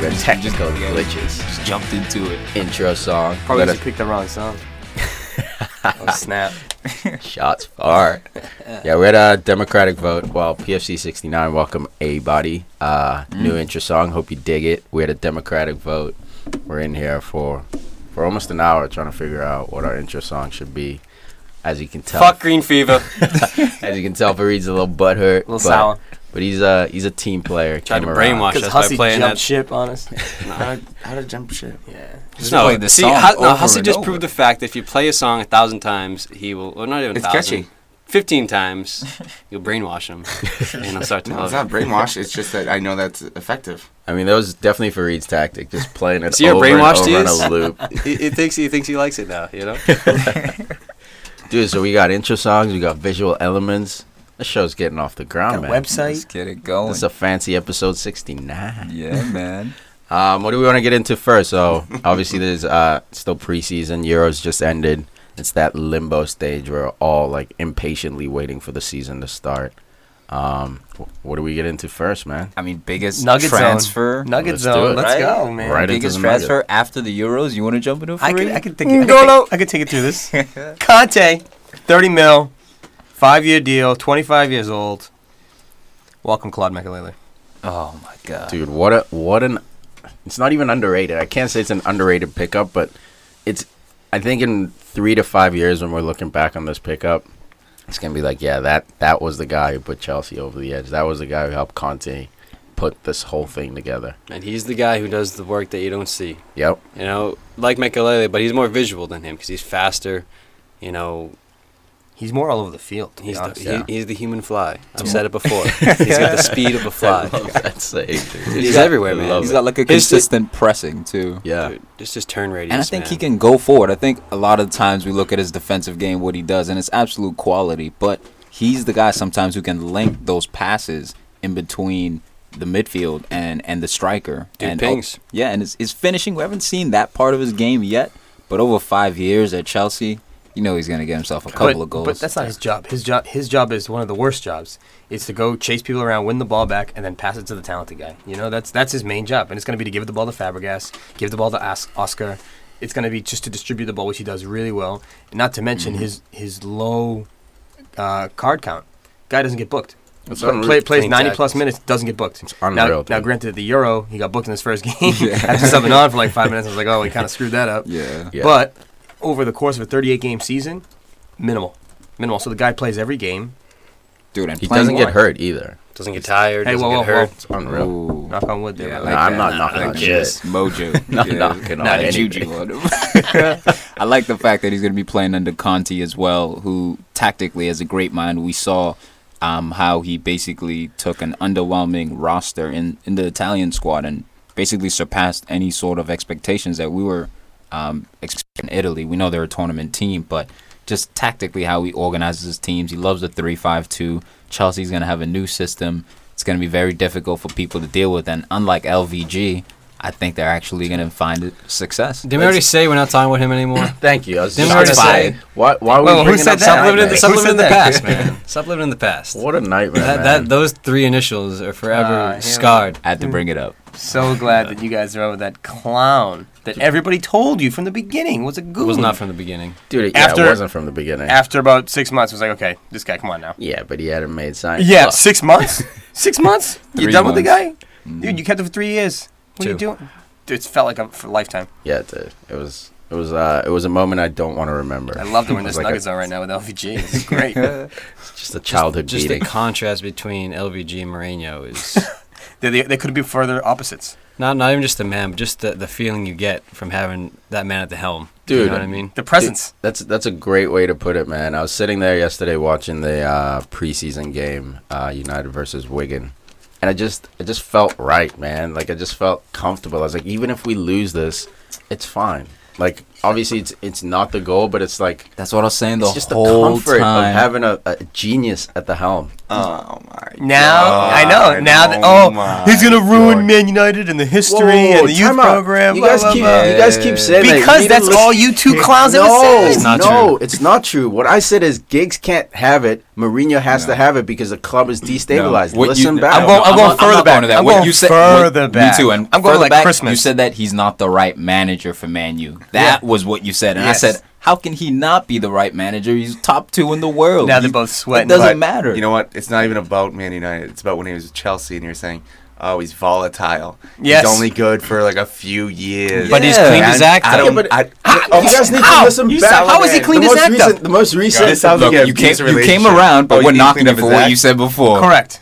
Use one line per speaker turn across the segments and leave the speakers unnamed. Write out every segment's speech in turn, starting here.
minor technical glitches.
Just jumped into it.
Intro song.
Probably
Let
just picked the wrong song. oh snap!
us- shots fired. yeah, we had a Democratic vote. Well, PFC 69, welcome everybody. Uh, New intro song. Hope you dig it. We had a Democratic vote. We're in here for for almost an hour trying to figure out what our intro song should be. As you can tell,
Fuck green fever. A
as you can tell, Farid's a little butthurt.
little
but,
sour.
but he's a he's a team player.
Tried
came
to
around.
brainwash
Because
us by
Hussey
playing
jumped
that.
ship on us.
How to, how to jump shit.
Yeah.
Just
No,
play the
see,
song
Hu- no,
over
Hussey
and
just
over.
proved the fact that if you play a song a thousand times, he will, or not even a
It's
thousand,
catchy.
15 times, you'll brainwash him. and he'll start to
No,
love
it's not
it.
brainwash. It's just that I know that's effective.
I mean, that was definitely Farid's tactic, just playing it
See how
over and
brainwashed
over
he
on
is?
a loop.
he, he, thinks, he thinks he likes it now, you know?
Dude, so we got intro songs, we got visual elements. This show's getting off the
Got a
ground, man.
Let's
website.
get it going.
This is a fancy episode 69.
yeah, man.
Um, what do we want to get into first? So, obviously, there's uh, still preseason. Euros just ended. It's that limbo stage where we're all like impatiently waiting for the season to start. Um, wh- what do we get into first, man?
I mean, biggest
Nugget zone.
transfer.
Nugget
Let's do
zone.
it.
Let's
Right?
go, man.
Right into
biggest
the nugget.
transfer after the Euros. You want to jump into it? Mm.
I
Fareed?
could, I could think. I could, take, I could take it through this. Conte, thirty mil, five-year deal, twenty-five years old. Welcome, Claude Makélélé.
Oh my god.
Dude, what a what an it's not even underrated. I can't say it's an underrated pickup, but it's I think in 3 to 5 years when we're looking back on this pickup, it's going to be like, yeah, that that was the guy who put Chelsea over the edge. That was the guy who helped Conte put this whole thing together.
And he's the guy who does the work that you don't see.
Yep.
You know, like Mekelele, but he's more visual than him because he's faster. You know,
He's more all over the field. To be
he's, the,
honest.
he-
yeah.
he's the human fly. I've said it before. he's got the speed of a
I
fly.
love that save. dude.
He's
got-
everywhere,
I
man.
love
He's
He's
it.
got like a
His-
consistent pressing too.
Yeah.
Dude, just his turn radius.
And I think
man.
he can go forward. I think a lot of times we look at his defensive game, what he does, and it's absolute quality. But he's the guy sometimes who can link those passes in between the midfield and and the striker.
Dude,
and
pings.
yeah, and his, his finishing. We haven't seen that part of his game yet. But over five years at Chelsea, you know he's gonna get himself a couple
but,
of goals.
But that's not his job. His job his job is one of the worst jobs. It's to go chase people around, win the ball back, and then pass it to the talented guy. You know, that's that's his main job. And it's gonna be to give the ball to Fabregas, give the ball to Os- Oscar. It's gonna be just to distribute the ball, which he does really well. And not to mention
Mm-hmm.
his his low uh, card count. Guy doesn't get booked.
It's
Play-
unreal.
play- plays 90
Exactly.
plus minutes, doesn't get booked.
It's unreal.
Now,
dude.
now, granted, at the Euro, he got booked in his first game after subbing on for like five minutes. I was like, oh, he kind of screwed that up.
yeah.
Yeah.
But over the course of a 38 game season, minimal. Minimal. So the guy plays every game.
dude, and
he
playing
doesn't get
wide.
hurt either.
doesn't get tired.
Hey,
doesn't
whoa, whoa,
get hurt.
whoa.
It's unreal.
Ooh.
Knock on wood there.
Yeah,
but
No,
like
I'm
that.
not knocking
Like
on
just Mojo.
Not knocking on
Not a
anything.
juju on him. I like the fact that he's going to be playing under Conti as well, who tactically has a great mind. We saw um, how he basically took an underwhelming roster in, in the Italian squad and basically surpassed any sort of expectations that we were um, expecting in Italy. We know they're a tournament team, but just tactically how he organizes his teams. He loves the three-five-two. Chelsea's going to have a new system. It's going to be very difficult for people to deal with. And unlike LVG, I think they're actually going to find it- success.
Didn't we already say we're not talking about him anymore?
Thank you. I was
Didn't
just
we already
gonna
say-
say, why, why are we
Wait, who
bringing
said
up
that?
Stop
Saturday?
living in the, stop
Who
living in the
said that?
past, man. Stop living in the past.
What a nightmare,
That,
man.
that, those three initials are forever
Ah, here we-
scarred.
I had to bring it up.
So glad that you guys remember that clown that everybody told you from the beginning was a
It
goon.
was not from the beginning.
Dude, it- yeah,
After-
it wasn't from the beginning.
After about six months, I was like, okay, this guy, come on now.
yeah, but he hadn't made science.
Yeah, six months? six months? You
Three
done with the guy?
months.
Dude, you kept him for three years. What are you
Two.
doing? Dude, it felt like a for a lifetime.
Yeah, it did. It was it was uh it was a moment I don't want to remember.
I love that we're in
It was
this
like
Nuggets
a,
zone right now with LVG. This is great. They're
just a childhood
Just the
beating.
contrast between LVG and Mourinho is
they, they couldn't be further opposites.
not not even just the man, but just the, the feeling you get from having that man at the helm. you
Dude.
know what I mean?
The presence.
That's that's a great way to put it, man. I was sitting there yesterday watching the uh, preseason game, uh, United versus Wigan, and I just I just felt right, man. Like I just felt comfortable. I was like, even if we lose this, it's fine. Like obviously it's it's not the goal, but it's like
That's what I was saying the
it's just the
whole
comfort
time.
of having a, a genius at the helm.
Oh my.
Now I know.
God.
Now that oh,
my
he's gonna ruin
God.
Man United and the history
Whoa, whoa,
and the youth
time out.
program.
You
blah,
guys
blah,
keep
blah.
you guys keep saying that. You
because
need to
that's
listen-
all you two clowns ever
No,
said.
It's not
no,
true.
it's not true. What I said is gigs can't have it. Mourinho has
No.
to have it because the club is destabilized.
No, what
Listen
you, Uh,
back.
I'm going- I'm going
not-
further
not
back.
going to that.
I'm
What
going
you said,
further
what-
back.
Me too. And
I'm going
further
like
back,
Christmas.
You said that he's not the right manager for Man U. That was what you said, and
Yes.
I said, how can he not be the right manager? He's top two in the world.
Now
He-
they're both sweating.
It doesn't
But
matter.
You know what? It's not even about Man United. It's about when he was with Chelsea, and you're saying, "Oh, he's volatile.
Yes.
He's only good for like a few years."
But he's
And
cleaned his act
I
up.
don't.
Yeah, but-
I,
you guys need to listen
You
back.
sound like How is he a- cleaned
the
his
most
act up?
recent, The most recent.
This sounds
Look,
like a
you came,
abuse
you
relationship.
came around,
Oh,
but
you
we're
didn't
knocking
clean
you
up
for
his
what
act?
you said before.
Correct.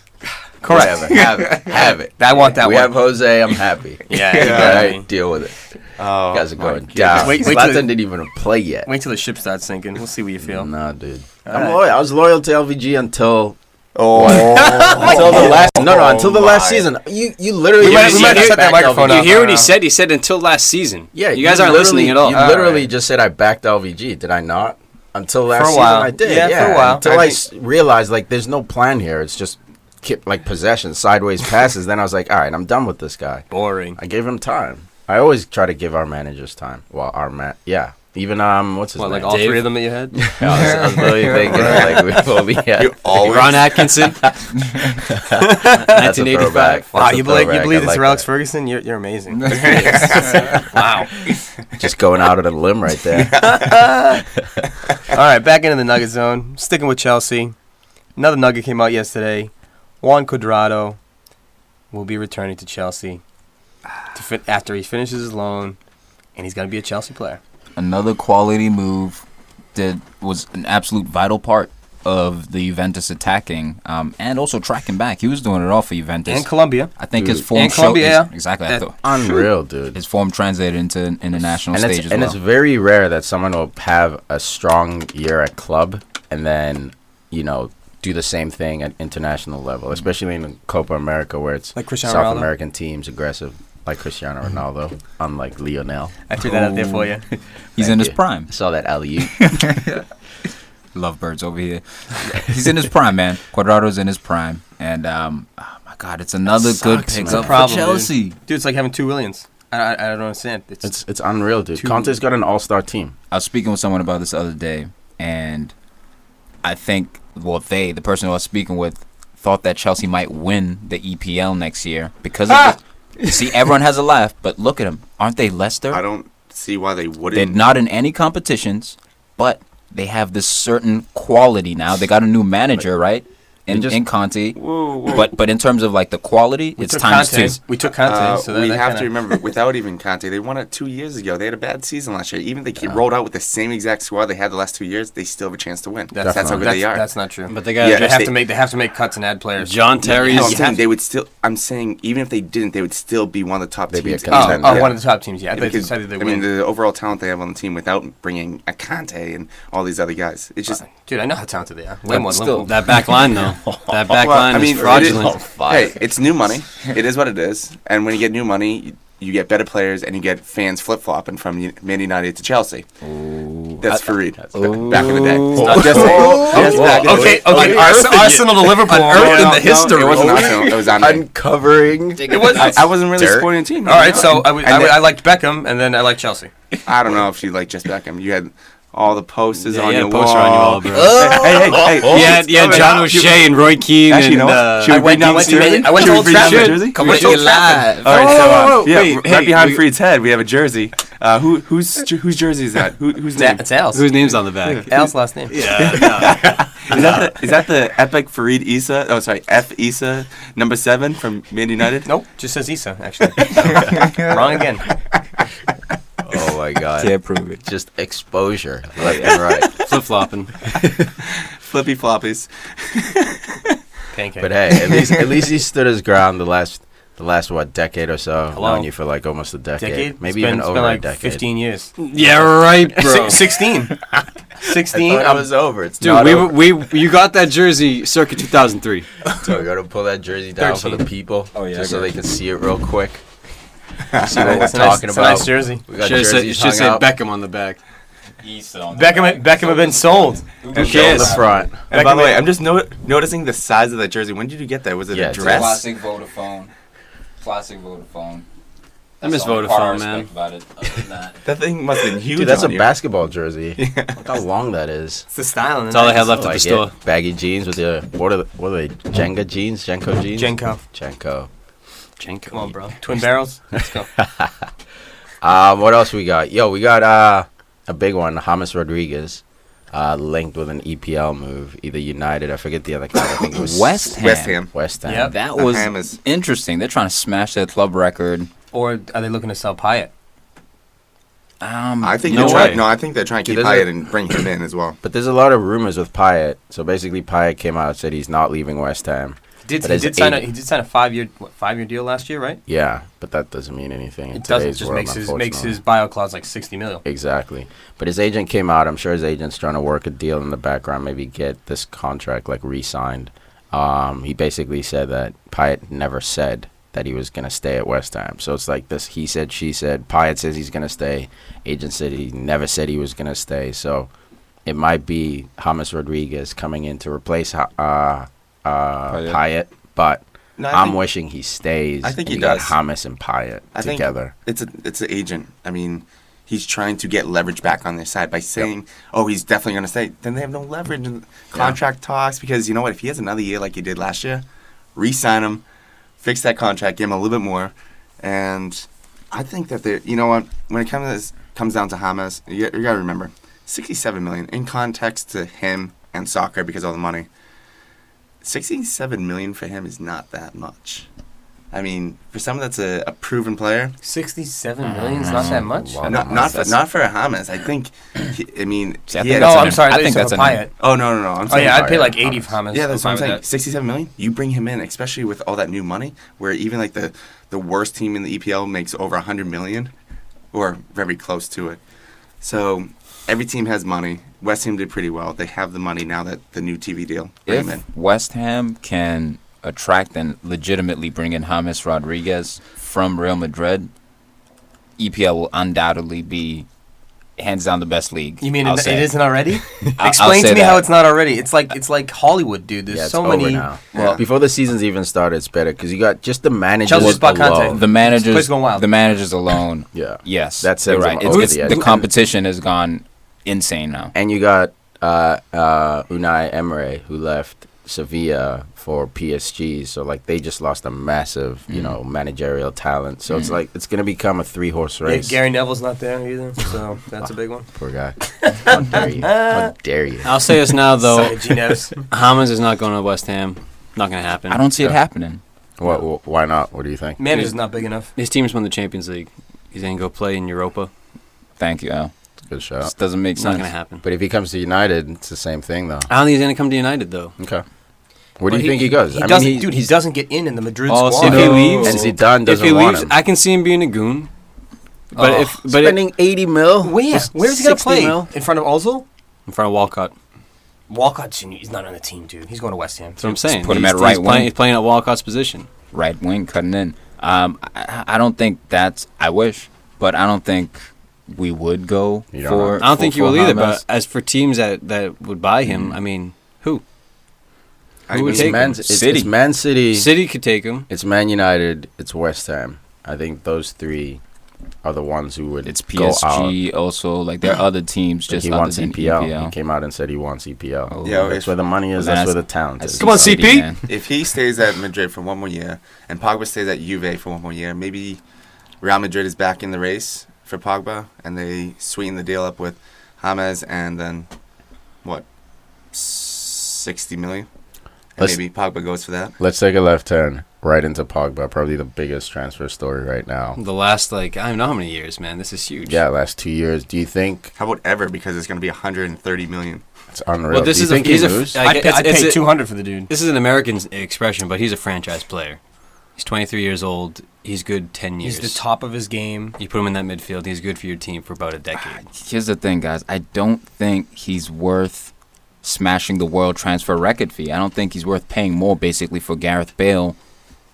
Whatever.
Correct.
Have it. Have it.
I want that
we
one.
have Jose. I'm happy.
Yeah,
All
exactly.
right, deal with it.
Oh,
You guys are
my
going
God.
down.
Wait-
Wait,
wait till-
didn't even play yet.
Wait till the ship starts sinking. We'll see what you feel.
Nah, dude.
right.
I'm loyal. I was loyal to LVG until
Oh,
until the last. No, no,
Oh
until the last
my.
season. You you literally.
We
you
might-
just
we might
said
have
set
back
that microphone
LVG.
up.
You hear what
no.
Uh-huh.
he said? He said until last season.
Yeah,
you guys aren't
literally-
listening at all.
You
All
literally
right.
just said I backed LVG. Did I not? Until last
For a while.
season, I did.
Yeah,
Yeah,
for a while.
Until
I
I,
think-
s- realized like there's no plan here. It's just ki- like possession, sideways passes. then I was like, all right, I'm done with this guy.
Boring.
I gave him time. I always try to give our managers time. Well, our man, yeah. Even um, what's his
What,
name?
like all
Dave?
three of them that you had?
Yeah, I was, I was really thinking like we've only had.
You always.
Ron Atkinson,
That's a
1985.
throwback.
Wow,
That's a
Ah, you believe, you
throwback.
believe
I
it's
like
Alex
that.
Ferguson? You're, you're amazing.
wow.
Just going out on a limb right there.
All right, back into the Nugget zone. Sticking with Chelsea. Another Nugget came out yesterday. Juan Cuadrado will be returning to Chelsea to fin- after he finishes his loan, and he's going to be a Chelsea player.
another quality move that was an absolute vital part of the Juventus attacking um, and also tracking back. He was doing it all for Juventus.
And Colombia.
I think his
Dude.
form
and
show-
Colombia,
his-
yeah.
exactly. I
That-
thought
Unreal, dude.
his form translated into an international
and
stage
it's,
as
and
well.
it's very rare that someone will have a strong year at club and then you know do the same thing at international level especially in copa america where it's
Like Cristiano
south
Ronaldo?
american teams aggressive like cristiano ronaldo unlike lionel
I threw that out there
Oh.
for you.
He's
Thank
in his
you.
prime.
i saw that alley
Lovebirds over here. He's in his prime, man. Cuadrado's in his prime, and um, oh my God, it's another
That
good
sucks,
pickup
man.
for
Problem, dude.
Chelsea.
Dude, it's like having two Williams. I, I, I don't understand. It's,
it's it's unreal dude
Two-
conte's got an all-star team
I was speaking with someone about this the other day, and I think, well, they, the person who I was speaking with, thought that Chelsea might win the EPL next year because of
Ah!
this. See, everyone has a laugh, but look at them. Aren't they
I
Leicester?
don't see why they
They're
wouldn't.
not in any competitions, but they have this certain quality now. They got a new manager, right? In,
They just-
in Conte.
Whoa, whoa.
But but in terms of like the quality,
we
it's
took
times
Conte.
two.
We took Conte,
Uh,
so that,
we
that
have to
kinda-
remember, without even Conte, they won it two years ago. They had a bad season last year. Even if they rolled out with the same exact squad they had the last two years, they still have a chance to win. That's, how good
that's,
they are.
That's not true.
but they got
Yeah.
they
just
have
they-
to make they have to make cuts and add players.
John Terry's.
no, I'm saying they would still. I'm saying even if they didn't, they would still be one of the top
They'd be a
teams. in
oh,
that-
contender.
oh,
yeah.
one of the top teams. Yeah, I,
Yeah,
thought you
because,
said they
I
win.
mean, the overall talent they have on the team without bringing a Conte and all these other guys. It's
Uh,
just
Dude, I know how talented they are. Way more than
still,
Liverpool.
that back line though. That back
Well,
line
I mean,
is
It
fraudulent.
is, Oh, hey, it's new money. It is what it is. And when you get new money, you, you get better players and you get fans flip flopping from U- Man United to Chelsea. That's Farid. Back in the day.
not
Just saying. Just
Oh,
back in the
okay,
day.
okay.
Arsenal, Arsenal to Liverpool.
No,
All
no, It
Oh.
wasn't Arsenal. It was on
uncovering
I, I wasn't really
Dirt.
supporting a team.
right, so uh, I, would,
And
I, would,
then-
I liked Beckham, and then I liked Chelsea.
I don't know if you like just Beckham. You had all the posters
Yeah,
on
you
your
had a poster on your wall,
wall.
bro.
Hey, hey, hey.
Oh.
yeah, yeah, John O'Shea and Roy Keane
Actually,
and
you know what?
uh,
Should we bring down
I went to,
Sierra?
Man- I went to
Should we
Old
bring down
Trafford.
Jersey?
I went to
Should we
Old
bring down
Trafford.
All right,
Oh,
so um,
whoa, whoa,
yeah,
wait,
r- right
hey,
behind
we-
Freed's head, we have a jersey. Uh, who whose jer- whose jersey is that? Who, whose name?
It's Al's.
whose name's on the back?
Al's last name.
Yeah, no.
Is that the, is that the epic Farid Isa? Oh, sorry, F Isa, number seven from Man United.
Nope, just says Issa, actually. Wrong again.
oh my god
Can't prove it.
just exposure left and right
flip flopping.
Flippy floppies.
Pancake.
But hey, at least at least he stood his ground the last the last what decade or so. I've
Hello?
Known you for like almost a decade,
decade? It's
maybe
been-
even
it's
over
been
a
like
decade.
15 years.
Yeah, right, bro.
Six- 16.
I
16.
thought it was over. It's
Dude,
not
we,
over.
were- we you got that jersey circa 2003.
So we gotta pull that jersey down for the
13.
people,
Oh, yeah, I
just so
got
they
you.
can see it real quick. See what we're
It's a nice-
talking
it's a
about.
nice jersey.
We got
Should have said, you
jerseys
should
hung
say
up.
Beckham on the back.
um, Beckham, Beckham have been sold.
and show the front.
And by the way,
Beckham-
I'm just no- noticing the size of that jersey. When did you get that? Was it
Yeah,
a
it's a
dress?
Classic Vodafone. Classic Vodafone.
I
That's
miss
the only part I
Vodafone, man.
respect About it. Other than that,
That thing must have been huge.
Dude, that's a
on you.
basketball jersey. Look how long that is.
It's the styling.
That's all I had
I
left at the
like
store.
it. Baggy jeans with the what are the, what are they? Jenga jeans, Jenko jeans,
Jenko.
Jenko.
Jenko.
Come on, bro. Twin barrels. Let's go.
Um, what else we got? Yo, we got uh, a big one. James Rodriguez uh, linked with an EPL move, either United. I forget the other club. I think it was
West Ham.
West Ham.
West Ham.
Yep.
That
The
was
Ham is-
interesting. They're trying to smash that club record.
or are they looking to sell Pyatt?
Um,
I think
no
they're
way.
trying. No, I think they're trying to
He
keep
doesn't-
Hyatt and bring him in as well.
But there's a lot of rumors with Pyatt. So basically, Pyatt came out and said he's not leaving West Ham.
Did,
But
he
as
did sign a
eight-
he did sign a five year what, five year deal last year, right?
Yeah, but that doesn't mean anything. In
It doesn't
today's
just
world,
makes his makes
unfortunately.
his bio clause like sixty mil.
Exactly. But his agent came out. I'm sure his agent's trying to work a deal in the background, maybe get this contract like re-signed. Um, he basically said that Pyatt never said that he was going to stay at West Ham. So it's like this: he said, she said. Pyatt says he's going to stay. Agent said he never said he was going to stay. So it might be James Rodriguez coming in to replace Ha- uh, uh,
Payet.
Pyatt. but
No, I
I'm
think-
wishing he stays.
I think
and
he
you got
does.
James and Pyatt
I think-
together.
It's a it's an agent. I mean, he's trying to get leverage back on their side by saying, "Oh, he's definitely going to stay." Then they have no leverage in contract talks because you know what? If he has another year like he did last year, re-sign him, fix that contract, give him a little bit more, and I think that they. You know what? When it comes to this, comes down to Hamas, you, you got to remember, sixty-seven million in context to him and soccer because of all the money. Sixty-seven million for him is not that much. I mean, for someone that's a, a proven player,
Sixty seven million is not that much.
Wow.
not,
Hamas,
not for
that's-
not for a Hamas. I think. He, I mean,
See, I
he
think
had-
No,
That's
I'm
an-
sorry.
I
I think
think
that's a
that's an-
Pyatt.
oh no, no, no. I'm
Oh
saying
yeah, I'd
Bayern.
pay like eighty for Hamas.
Yeah, that's what I'm
Fine
saying.
with that.
Sixty-seven million. You bring him in, especially with all that new money, where even like the the worst team in the EPL makes over hundred million, or very close to it. So every team has money. West Ham did pretty well. They have the money now that the new TV deal. Bring him in.
if West Ham can attract and legitimately bring in James Rodriguez from Real Madrid, EPL will undoubtedly be hands down the best league.
You mean
I'll
it,
say
it isn't already?
I'll
Explain
say
to me how
that.
it's not already. It's like it's like Hollywood, dude. There's
Yeah, it's
so
over
many.
now. Well, before the season's even started, it's better because you got just the managers
Chelsea's bought Conte.
alone.
the managers.
Place going wild.
The managers alone.
Yeah.
Yes,
That sends
you're right.
them
It's,
over
it's-
the edge.
the competition has gone insane now.
And you got uh, uh, Unai Emre who left Sevilla for PSG. So like they just lost a massive, you know, managerial talent. So it's like it's gonna become a three horse
Yeah,
race.
Gary Neville's not there either, so that's a big one.
Poor guy. How dare you? How dare you?
I'll say this now, though.
Sorry, G Nevs.
Hamas is not going to West Ham. Not going to happen.
I don't see it
Yeah.
happening.
What, what, why not? What do you think?
Manager's not big enough.
His team's won the Champions League. He's going to go play in Europa.
Thank you. Al.
Good
This
shot.
doesn't make
It's
sense.
not going to happen.
But if he comes to United, it's the same thing though.
I don't think he's going to come to United, though.
Okay. What do
But
you think he goes?
He
I
doesn't,
mean, he,
dude. He doesn't get in in the Madrid
Oh,
squad.
if he
No.
leaves,
and Zidane
if
doesn't
he
want
leaves,
him.
I can see him being a goon. But
Oh.
if but it,
spending eighty mil.
Where? Where's he gonna
60
play?
mil.
In front of Ozil?
in front of Walcott,
Walcott's Jr. He's not on the team, dude. He's going to West Ham.
that's what I'm saying.
put him
He's-
at right
he's playing,
wing.
he's playing at Walcott's position.
right wing cutting in. Um, I, I don't think that's. I wish, but I don't think we would go
You don't
for.
know.
I don't think
for-
you will
for
either.
Hamas.
But as for teams that, that would buy
Mm.
him, I mean, who?
I
Who would
mean,
take
Man,
him?
it's, City.
City.
it's Man City.
City could take him.
It's Man United. It's West Ham. I think those three are the ones who would.
it's
go out.
PSG also. Like there are other teams
Like,
just
he
other
wants
than
EPL. He
EPL.
came out and said he wants E EPL.
Oh,
Yeah,
that's
if-
where the money is.
Well,
That's
then
where
I-
the talent
I
is.
see
Come on,
Saudi,
CP.
man.
if he stays at Madrid for one more year and Pogba stays at Juve for one more year, maybe Real Madrid is back in the race for Pogba and they sweeten the deal up with James and then what? 60 million? And
Let's-
maybe Pogba goes for that.
Let's take a left turn right into Pogba. Probably the biggest transfer story right now.
The last like I don't know how many years, man. This is huge.
Yeah, last two years. Do you think
How about ever? Because it's going to be 130 million.
it's unreal?
Well, this
Do you
is
think
a, he's
he
a.
moves?
I
I'd,
guess
I'd
it's
pay
a-
200 for the dude.
This is an American expression, but he's a franchise player. He's 23 years old. He's good 10 years.
He's the top of his game.
You put him in that midfield. He's good for your team for about a decade.
Here's the thing, guys. I don't think he's worth smashing the world transfer record fee. I don't think he's worth paying more basically for Gareth Bale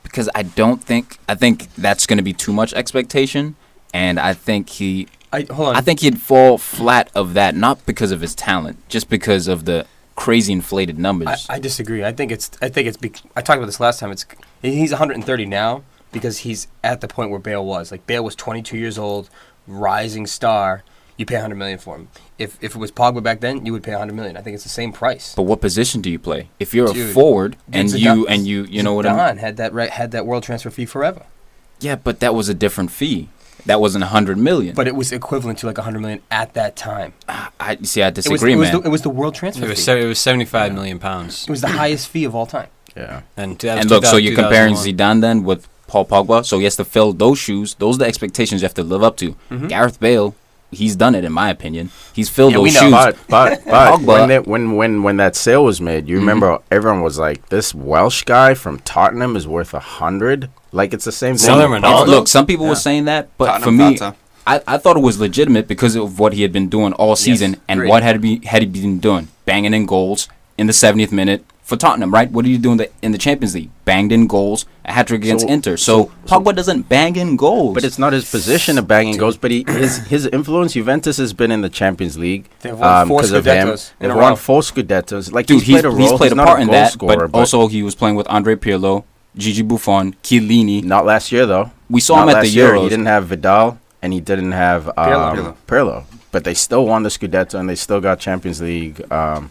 because I don't think I think that's going to be too much expectation, and I think he
I hold on.
I think he'd fall flat of that not because of his talent, just because of the crazy inflated
I,
numbers.
I disagree. I think it's. I think it's. Bec- I talked about this last time. It's. He's 130 now because he's at the point where Bale was. Like Bale was 22 years old, rising star. You pay 100 million for him. If if it was Pogba back then, you would pay 100 million. I think it's the same price.
but what position do you play? If you're a
Dude,
forward and
Zidane-
you and you you know what I mean?
Zidane had that right had that world transfer fee forever,
Yeah, but that was a different fee. That wasn't a hundred million.
but it was equivalent to like 100 million at that time.
I you see, I
It was,
disagree,
it was,
man.
the, it was the world transfer
It was,
fee.
se- it was 75 million pounds.
It was the highest fee of all time.
Yeah.
And, that was
and look, so
2000
you're comparing
2001.
Zidane then with Paul Pogba. So he has to fill those shoes. Those are the expectations you have to live up to. Gareth Bale, he's done it in my opinion. He's filled
Mm-hmm. Yeah, we
those
know.
shoes.
But but but
Pogba.
when that when when when that sale was made, you remember everyone was like, "This Welsh guy from Tottenham is worth a hundred. Like it's the same thing.
Sell
with
him or
Pogba.
not. Ronaldo?
Uh, Look, some people were saying that, but
Tottenham
for me,
Tata.
I, I thought it was legitimate because of what he had been doing all season and
agreed.
what had he be, had he been doing, banging in goals in the 70th minute for Tottenham, right? What are you doing the, in the Champions League? Banged in goals, a hat trick against
So-
Inter. So, Pogba doesn't bang in goals.
But it's not his position of bagging goals. But he his his influence. Juventus has been in the Champions League. um,
They've won four
'cause of him.
Scudettos in
They've
a
won
row.
four scudettos. Like
dude,
he's played a role.
he's played a
not
part in
goal
that,
scorer,
but also he was playing with Andre Pirlo, Gigi Buffon, Chiellini.
not last year though.
We saw
Not
him at the
last year. He
Euros.
didn't have Vidal and he didn't have um, Pirlo.
Pirlo.
But they still won the scudetto and they still got Champions League. Um,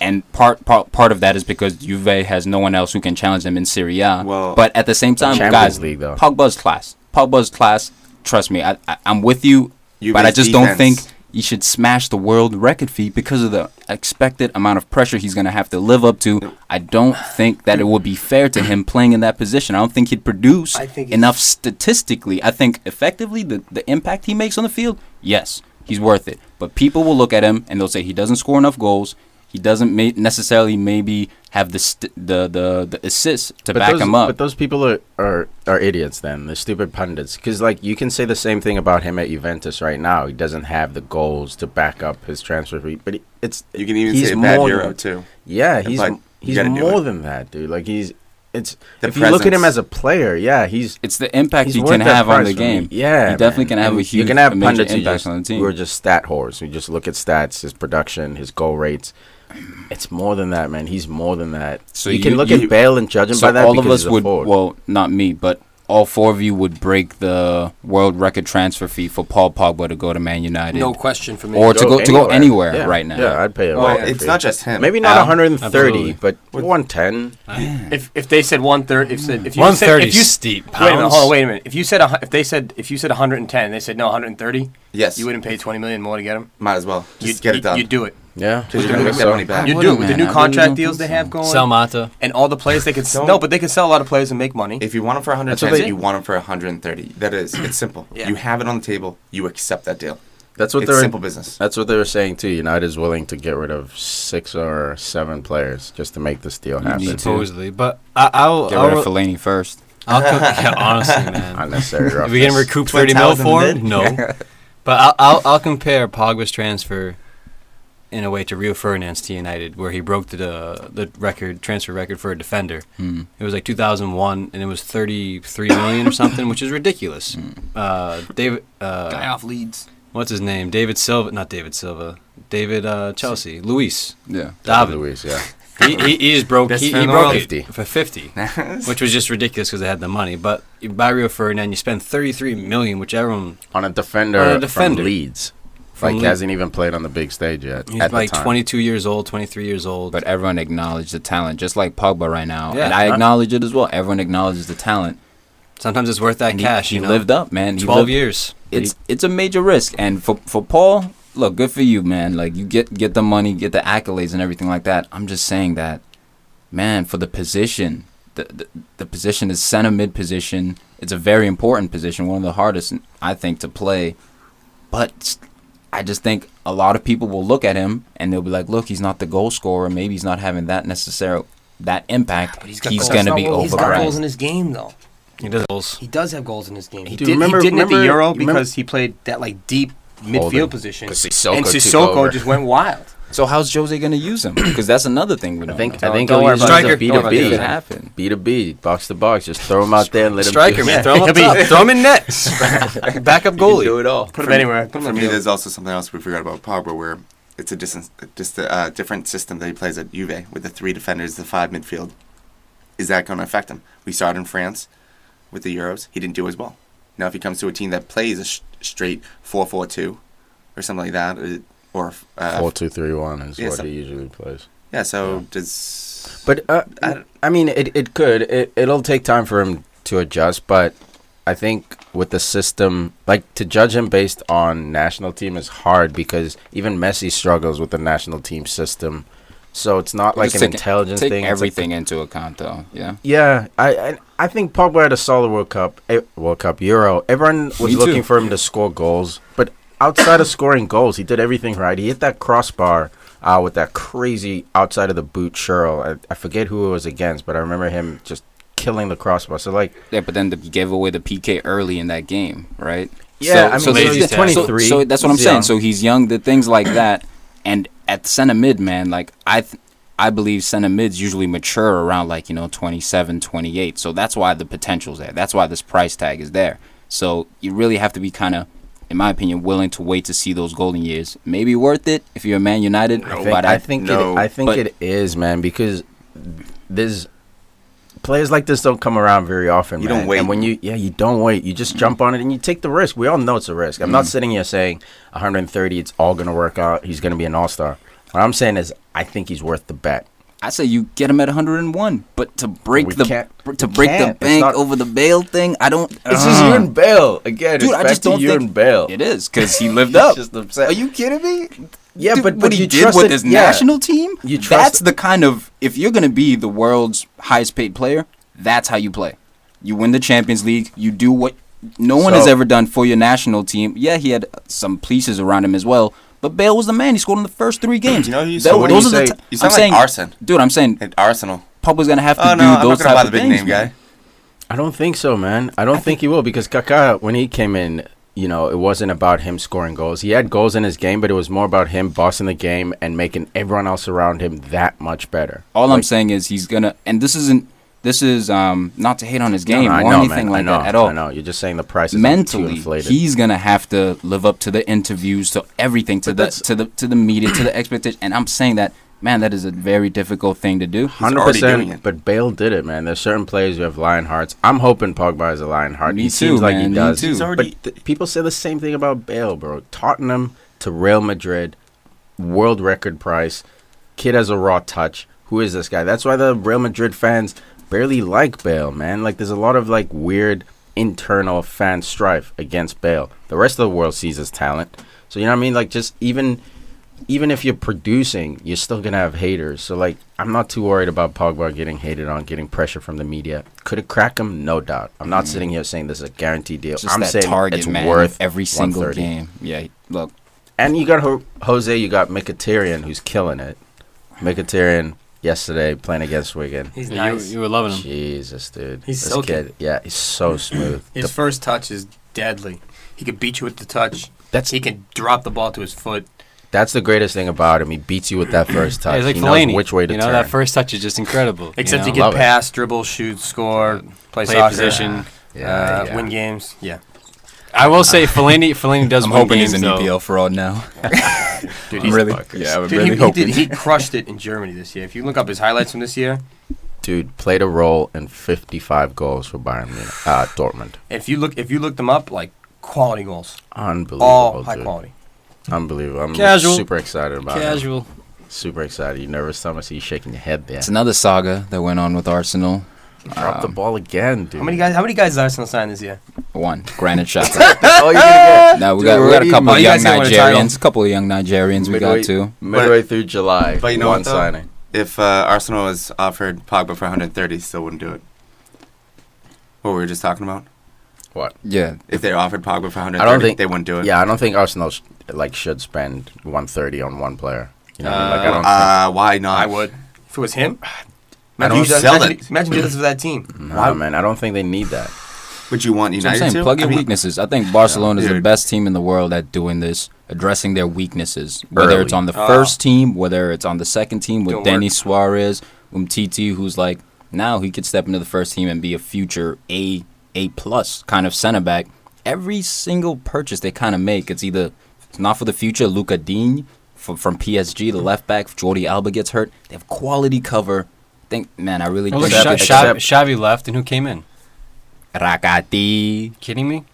and part, part part of that is because Juve has no one else who can challenge them in Serie A.
Well-
but at the same time,
Champions
guys,
League, though.
Pogba's class, Pogba's class. Trust me, I, I I'm with you, but I
Juve's
just don't think
defense.
you should smash the world record fee because of the expected amount of pressure he's going to have to live up to. I don't think that it would be fair to him playing in that position. I don't think he'd produce
I think he's-
enough statistically. I think effectively the, the impact he makes on the field, yes, he's worth it. But people will look at him and they'll say he doesn't score enough goals. He doesn't ma- necessarily maybe have the st- the, the the assists to
but
back
those,
him up.
But those people are are, are idiots. Then they're stupid pundits. Because like you can say the same thing about him at Juventus right now. He doesn't have the goals to back up his transfer fee. But he- it's
You can even
he's
say a bad
more
Euro
than-
too.
Yeah,
It's
he's
like, you
he's
gotta do
more
it.
than that, dude. Like he's it's
The
if you look at him
presence.
as a player, yeah, he's
it's the impact
he's
he
worth
can
that
have on
price
the
for me.
game.
Yeah,
he definitely
man.
can have
And
a huge,
You're gonna have
a major
pundits who
impact
just-
on the
Who are
team.
just stat whores. We just look at stats, his production, his goal rates. It's more than that, man. He's more than that.
So
So you,
you-
can look
you-
at Bale and judge him
So
by that.
all of us
because he's a
would,
forward.
well, not me, but all four of you would break the world record transfer fee for Paul Pogba to go to Man United.
No question for me.
Or- to go- to go anywhere
Yeah.
right now.
Oh, Yeah, I'd pay him.
Well, it's not just him.
maybe not
Al,
130,
absolutely.
but 110.
if if they said 130, if, said, if you
One
said,
thirty
if you
steep pounds.
Wait a minute. Hold on. Wait a minute. If you said a, hu- if they said if you said 110, they said no 130.
Yes.
You wouldn't pay 20 million more to get him.
Might as well
You'd
just get it done.
You'd do it.
Yeah,
Just
I
gonna
think
get
so.
money back.
I
You'd
would
do
have,
it with the
man. I
new
really
contract
don't
deals they
think
have going.
Sell Mata.
and all the players they could sell.
Don't-
No, but they could sell a lot of players and make money.
If you want them for
what
110,
they-
you want them for 130. That is, it's simple.
Yeah.
You have it on the table. You accept that deal.
That's what
it's
they're
simple business.
That's what they were saying too. United is willing to get rid of six or seven players just to make this deal
You need
happen.
to-
Supposedly, but I, I'll
Get rid of
I'll,
Fellaini first.
I'll co- yeah, honestly, man.
Unnecessary
Are we gonna
roughness.
recoup
Twin
thirty mil
towers in the
for
mid?
him? No, but I'll, I'll I'll compare Pogba's transfer in a way to Rio Ferdinand's to United, where he broke the uh, the record transfer record for a defender.
Mm.
It was like 2001, and it was 33 million or something, which is ridiculous. Uh, David,
Guy
uh,
off leads.
what's his name? David Silva, not David Silva. David uh, Chelsea, Luis,
Yeah.
David.
Luis, yeah.
he, he, he just broke.
Best
He,
fan
he
in the
broke
world.
it
50.
for fifty, which was just ridiculous because they had the money. But you buy Rio Ferdinand, you spend thirty-three million, which everyone
On a defender,
On
defender.
a defender.
from Leeds.
From
like
Leeds.
hasn't even played on the big stage yet.
he's
at the
like
time.
twenty-two years old, twenty-three years old.
But everyone acknowledged the talent, just like Pogba right now.
Yeah.
and I acknowledge it as well. Everyone acknowledges the talent.
sometimes it's worth that
And he-
cash.
he,
you know?
lived up, man. He
twelve
lived-
years.
It's it's a major risk, and for for Paul, look, good for you, man. Like you get get the money, get the accolades, and everything like that. I'm just saying that, man, for the position, the the, the position is center mid position. It's a very important position, one of the hardest I think to play. But I just think a lot of people will look at him and they'll be like, look, he's not the goal scorer. Maybe he's not having that necessary that impact. he's gonna be
He's got goals in
overpriced.
his game though.
He does goals.
He does have goals in his game. He
Dude,
did.
remember-
he didn't at
remember-
the Euro
remember-
because he played that like deep
Holding.
midfield position, and
'Cause Sissoko took
Sissoko
over.
just went wild.
So how's Jose going to use him? Because that's another thing we don't
I think
know.
I think
Don't
he'll
worry
use
about
it as a
it.
B
Striker.
to
Don't worry
It
about
B,
it.
happen.
B to B, box to box. Just throw him out there and let him
Striker,
do-
man. Throw him up top. Throw him in nets. Backup goalie.
it all.
Put him anywhere. Put him
For
in
me,
the
there's also something else we forgot about Pogba, where it's a distance, just a uh, different system that he plays at Juve with the three defenders, the five midfield. Is that going to affect him? We saw it in France with the Euros. He didn't do as well. Now, if he comes to a team that plays a sh- straight 4 4 2 or something like that, uh, or uh,
Four two three one is
Yeah,
what
some-
he usually plays.
yeah, so does.
But uh,
I
I,
don't-
mean, it, it could. It, it'll take time for him to adjust. But I think with the system, like to judge him based on national team is hard because even Messi struggles with the national team system. So it's not like
Just
an
take-
intelligence
Take
thing. it's like-
everything into account, though. Yeah.
yeah, I, I I think Pogba had a solid World Cup, eh, World Cup Euro. Everyone was
too.
looking for him to score goals, but outside of scoring goals, he did everything right. He hit that crossbar uh, with that crazy outside of the boot churl. I, I forget who it was against, but I remember him just killing the crossbar. So like,
Yeah, but then the, he gave away the PK early in that game, right?
Yeah, I mean,
so
there's-
he's
so-
23.
So, that's what I'm
He's
saying.
young.
So he's young. The things like that, and at center mid, man, like I, th- I believe center mids usually mature around like you know 27, 28. So that's why the potential's there. That's why this price tag is there. So you really have to be kind of, in my opinion, willing to wait to see those golden years. Maybe worth it if you're a Man United.
I think,
but
I think
no,
it, I think
but-
it is man because there's players like this don't come around very often.
You
man.
don't wait.
and when you yeah you don't wait. You just jump on it and you take the risk. We all know it's a risk. I'm not sitting here saying 130. It's all gonna work out. He's gonna be an all star. What I'm saying is I think he's worth the bet.
I say you get him at 101, but to break
We
the
can't-
br- to
we
break
can't.
the
It's
bank
not-
over the bail thing, I don't.
It's just
Ugh.
you and Bale again.
Uh-huh. Dude,
it's
I
back
just
to
don't
you
think-
and Bale.
It is because he lived
It's
up.
just upset.
Are you kidding me?
Yeah,
Dude,
but-
what
but
he
you
did
trusted-
with his
yeah.
national team,
You
that's
trusted-
the kind of if you're gonna be the world's highest paid player, that's how you play. You win the Champions League. You do what no one has
So-
ever done for your national team. Yeah, he had some pieces around him as well. But Bale was the man. He scored in the first three games.
You know, you-
Tho-
so what do
those
you
are the
say?
ti- I'm
You sound like
saying,
Arsene.
dude. I'm saying
At Arsenal.
Pogba's gonna have to
Oh,
do
no, I'm not
those
going to
type
buy
of
the big
things,
name
man.
guy.
I don't think so, man. I don't think he will because Kaká, when he came in, you know, it wasn't about him scoring goals. He had goals in his game, but it was more about him bossing the game and making everyone else around him that much better.
All I'm
Like,
saying is he's gonna, and this isn't, this is um not to hate on his
no, no,
game
I
or
know,
anything
man.
like
I know,
that at all.
I know. You're just saying the price is too
Mentally,
inflated.
he's gonna have to live up to the interviews, to everything, to
But
the
that's-
to the to the media, to the expectation. And I'm saying that, man, that is a very difficult thing to do.
already
Hundred
doing
percent,
it.
but Bale did it, man. There's certain players who have lion hearts. I'm hoping Pogba is a lion heart.
Me
he
too,
seems like
man.
he
Me
does.
too. He's
already-
But th- people say the same thing about Bale, bro. Tottenham to Real Madrid, world record price. Kid has a raw touch. Who is this guy? That's why the Real Madrid fans barely like Bale, man. Like there's a lot of like weird internal fan strife against Bale. The rest of the world sees his talent. So you know what I mean? Like just even even if you're producing, you're still gonna have haters. So like, I'm not too worried about Pogba getting hated on, getting pressure from the media. Could it crack him? No doubt. I'm not sitting here saying this is a guaranteed deal.
Just
I'm
that
saying
target,
it's
man,
worth
every single
130.
game. Yeah, look,
And you got Ho- Jose, you got Mkhitaryan, who's killing it. Mkhitaryan yesterday playing against Wigan.
He's
Yeah, you,
nice.
you were loving him.
Jesus, dude.
He's soaking.
Yeah, he's so smooth.
His
The-
first touch is deadly. He could beat you with the touch.
That's-
he can drop the ball to his foot.
that's the greatest thing about him. He beats you with that first touch.
Yeah, he's like
he
Fellaini.
knows which way to
you know,
turn.
that first touch is just incredible.
Except he
you know?
can
Love it.
pass, dribble, shoot, score, play,
play
soccer,
position.
Yeah,
uh,
yeah.
win games. Yeah,
I will say Fellaini. Fellaini does
I'm
win
hoping
games,
he's an
E
though.
EPL fraud now.
dude,
I'm
he's
really, yeah, I'm
Dude,
really
he, he,
hoping.
did, he crushed it in Germany this year. If you look up his highlights from this year,
dude played a role in 55 goals for Bayern Munich, uh, Dortmund.
if you look if you look them up, like quality goals,
Unbelievable.
all high
dude.
quality.
Unbelievable. I'm
Casual.
super excited about it. Super excited. You nervous, Tom? I see you shaking your head there.
It's another saga that went on with Arsenal.
Drop the ball again, dude.
How many guys? How many guys is Arsenal signed this year?
One granite shot.
That's all Oh, you're gonna
No, we
Dude,
got we
what
got
do
a
you
couple
mean?
of
You
young
guys didn't win a title.
Nigerians. A couple of young Nigerians
get.
we got too.
Midway through July.
But you know
one
what, though?
signing.
If uh, Arsenal was offered Pogba for 130, still wouldn't do it. What we were just talking about?
What?
Yeah,
If they offered Pogba for 130,
I don't think
they wouldn't do it.
Yeah, I don't think Arsenal sh- like should spend 130 on one player. You know, what I mean? like I don't.
Uh, why not?
I would. If it was him,
I
imagine
don't
if he does-
sell
imagine,
it.
Imagine if he does it for that team.
think, nah,
why-
man. I don't think they need that.
Would you want
That's what
United
I'm saying,
to?
plug
I
your
mean,
weaknesses. I think Barcelona is the
Dude.
best team in the world at doing this, addressing their weaknesses. Whether it's
Early.
on the
Oh.
first team, whether it's on the second team with
Ah. Don't
Danny
work.
Suarez, Umtiti, who's like now he could step into the first team and be a future A A plus kind of center back. Every single purchase they kind of make, it's either it's not for the future. Luca Dean from, from PSG,
Hmm.
the left back. If Jordi Alba gets hurt, they have quality cover. Think, man, I really
Oh,
think
look,
Except-
Xavi,
that
except-
Xavi left, and who came in?
Rakati.
Kidding me?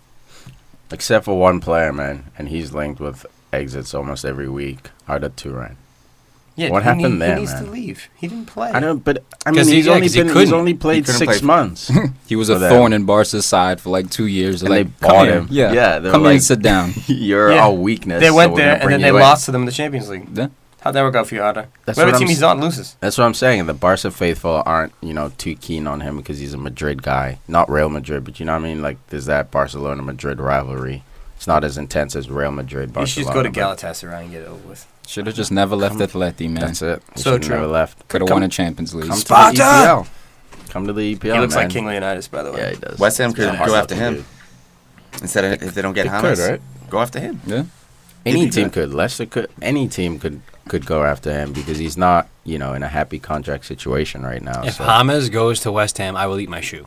Except for one player, man, and he's linked with exits almost every week. Arda Turan.
Yeah,
What
he
happened
need-
there,
He needs to
man?
leave. He didn't play.
I don't, but I
'Cause
mean,
he-
he's
yeah,
only
'cause he
been he's
couldn't.
only played
couldn't
six
play.
months.
He was
for
a
them.
thorn in Barca's side for like two years.
And
like,
they
"Come
bought
here."
him.
Yeah,
Yeah, they were
come here
like-
and sit down.
You're
Yeah.
a weakness.
They
so
went
we're
there
gonna
and then
bring
they
you in.
lost to them in the Champions League.
Yeah.
How'd that work out for you, Arda?
That's
Whatever
what I'm
team he's
s-
on loses.
That's what I'm saying. The Barca faithful aren't, you know, too keen on him because he's a Madrid guy, not Real Madrid. But you know what I mean? Like, there's that Barcelona Madrid rivalry. It's not as intense as Real Madrid.
You
Barcelona.
should just go to
but
Galatasaray and get it over with.
Should have just never left Atleti, man.
That's it. He
So
should've
true.
Never left.
Could have
Come-
won a Champions League.
Come to
Spot.
the EPL. Come to the EPL.
he looks
man.
like King Leonidas, by the way.
Yeah, he does.
West Ham
He's
could
a hard
go after
lucky
him
dude.
instead of if they don't get
They could,
Hamas,
right?
go after him.
Yeah.
Any
Did he
team
do
could. Leicester could. Any team could could go after him because he's not, you know, in a happy contract situation right now.
If
so.
Hamas goes to West Ham, I will eat my shoe.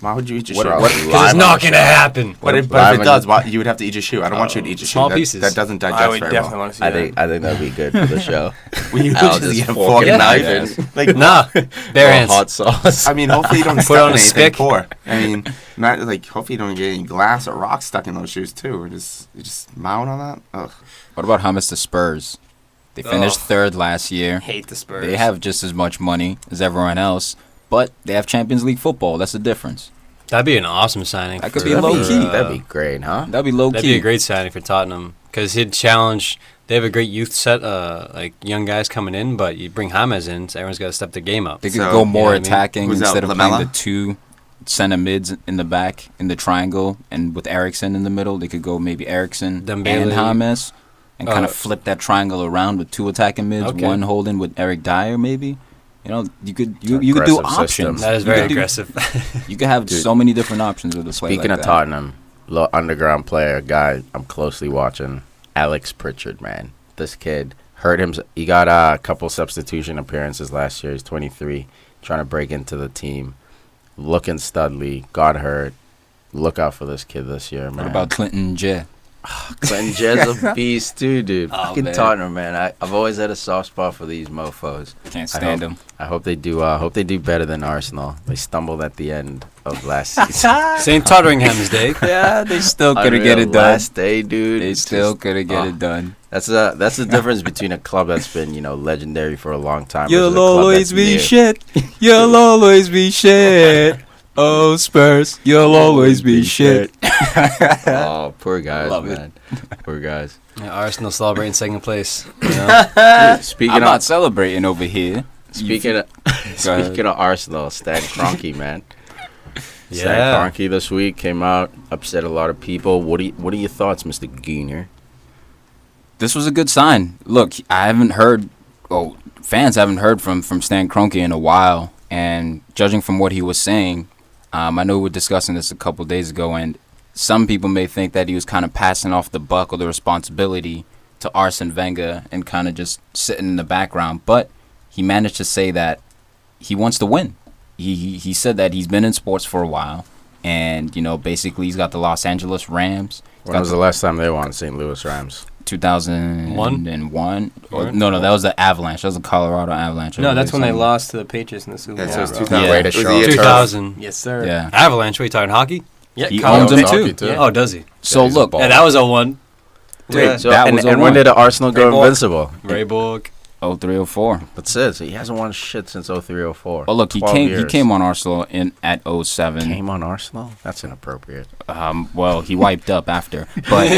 Why would you eat your
What
shoe?
a-
What-
what a
Because
Live
it's
on
not
the
going to happen.
But if,
Live
but
on
if it does, why, you would have to eat your shoe. I don't want you to eat your shoe.
Small
That-
pieces.
That doesn't digest
I would
very
definitely
well.
want to see
I
that.
think I think that'd be good for the show.
When you
I'll
just
just
get a
fork
fork
it
and
in my
knife in.
ass.
Like,
Nah, bare
Or
hands.
hot sauce.
I mean, hopefully you don't
Put
stuck
on
in
a
anything
stick.
poor. I mean, not like hopefully you don't get any glass or rocks stuck in those shoes too. Or just you just mount on that. Ugh.
What about Hamas to Spurs? They finished
Ugh.
third last year.
hate the Spurs.
They have just as much money as everyone else, but they have Champions League football. That's the difference.
That'd be an awesome signing.
That could
for-
be low
that'd,
key.
Be, that'd be great, huh?
That'd be low
That'd
key.
be a great signing for Tottenham because he'd challenge. They have a great youth set, uh, like young guys coming in, but you bring Hamas in, so everyone's got to step their game up.
They could
So,
go
you
more
know what I mean?
attacking
Who's
instead
out,
of playing the
Lamella?
two center mids in the back in the triangle and with Erickson in the middle. They could go maybe Erickson and
Dembele.
Hamas and kind
Uh,
of flip that triangle around with two attacking mids,
Okay.
one holding with Eric Dyer maybe. You know, you could you, you could do
Aggressive
options.
system.
That is
You could
very
do-
aggressive.
You could have
Dude.
so many different options with a play
Speaking
like that.
of Tottenham, little underground player guy I'm closely watching, Alex Pritchard, man. This kid hurt him. He got uh, a couple substitution appearances last year. He's 23, trying to break into the team. Looking studly, got hurt. Look out for this kid this year, man.
What about Clinton Jay?
Clinton Jez a beast too, dude?
Oh,
Fucking
man.
Tottenham, man. I, I've always had a soft spot for these mofo's.
Can't
I
stand
hope-
him.
I hope they do. Uh, hope they do better than Arsenal. They stumbled at the end of last season.
St. Totteringham's Day.
Yeah, they still could have
Unreal.
get it done.
Last day, dude.
They
It's
still
just-
could have get
Ah.
it done.
that's a that's the difference between a club that's been you know legendary for a long time. versus
You'll
a club
always
that's
be
new.
shit. You'll always be shit. Oh Spurs, you'll always be shit.
oh, poor guys,
Love it.
man. Poor guys.
Yeah, Arsenal celebrating second place. You know?
Dude, speaking
Uh, I'm not
of
celebrating over here.
speaking of
Go ahead.
speaking of Arsenal, Stan Kroenke, man.
yeah.
Stan Kroenke this week came out, upset a lot of people. What do you, what are your thoughts, Mister Geener?
This was a good sign. Look, I haven't heard. Oh, fans haven't heard from from Stan Kroenke in a while, and judging from what he was saying, um, I know we were discussing this a couple days ago, and some people may think that he was kind of passing off the buck or the responsibility to Arsene Wenger and kind of just sitting in the background, but he managed to say that he wants to win. He, he he said that he's been in sports for a while, and you know basically he's got the Los Angeles Rams. He's
When
got
was the last time they won St. Louis Rams?
2001 or,
Right.
Oh, no no that was the avalanche that was the colorado avalanche I
No, that's when they
believe.
lost to the Patriots in the Super
Yeah,
Bowl.
so it's
bro.
2000.
Yeah.
Way to
It was
show
the
off.
year
2000.
Yes, sir.
yeah
Avalanche. What are you talking, hockey?
Yeah,
He
Colin
owns them
Sexton.
too.
Yeah. Oh, does he?
so
he's a
look
baller.
Yeah, that was a one.
Dude,
Yeah.
so,
That
and,
was
and
01.
when did Arsenal go
Great ball.
invincible?
Rayborg.
oh three oh four
That's it. So he hasn't won shit since 0304.
oh look he
12
came he
years.
came on arsenal in at 07
Came on Arsenal? That's inappropriate.
um, well, he wiped up after, but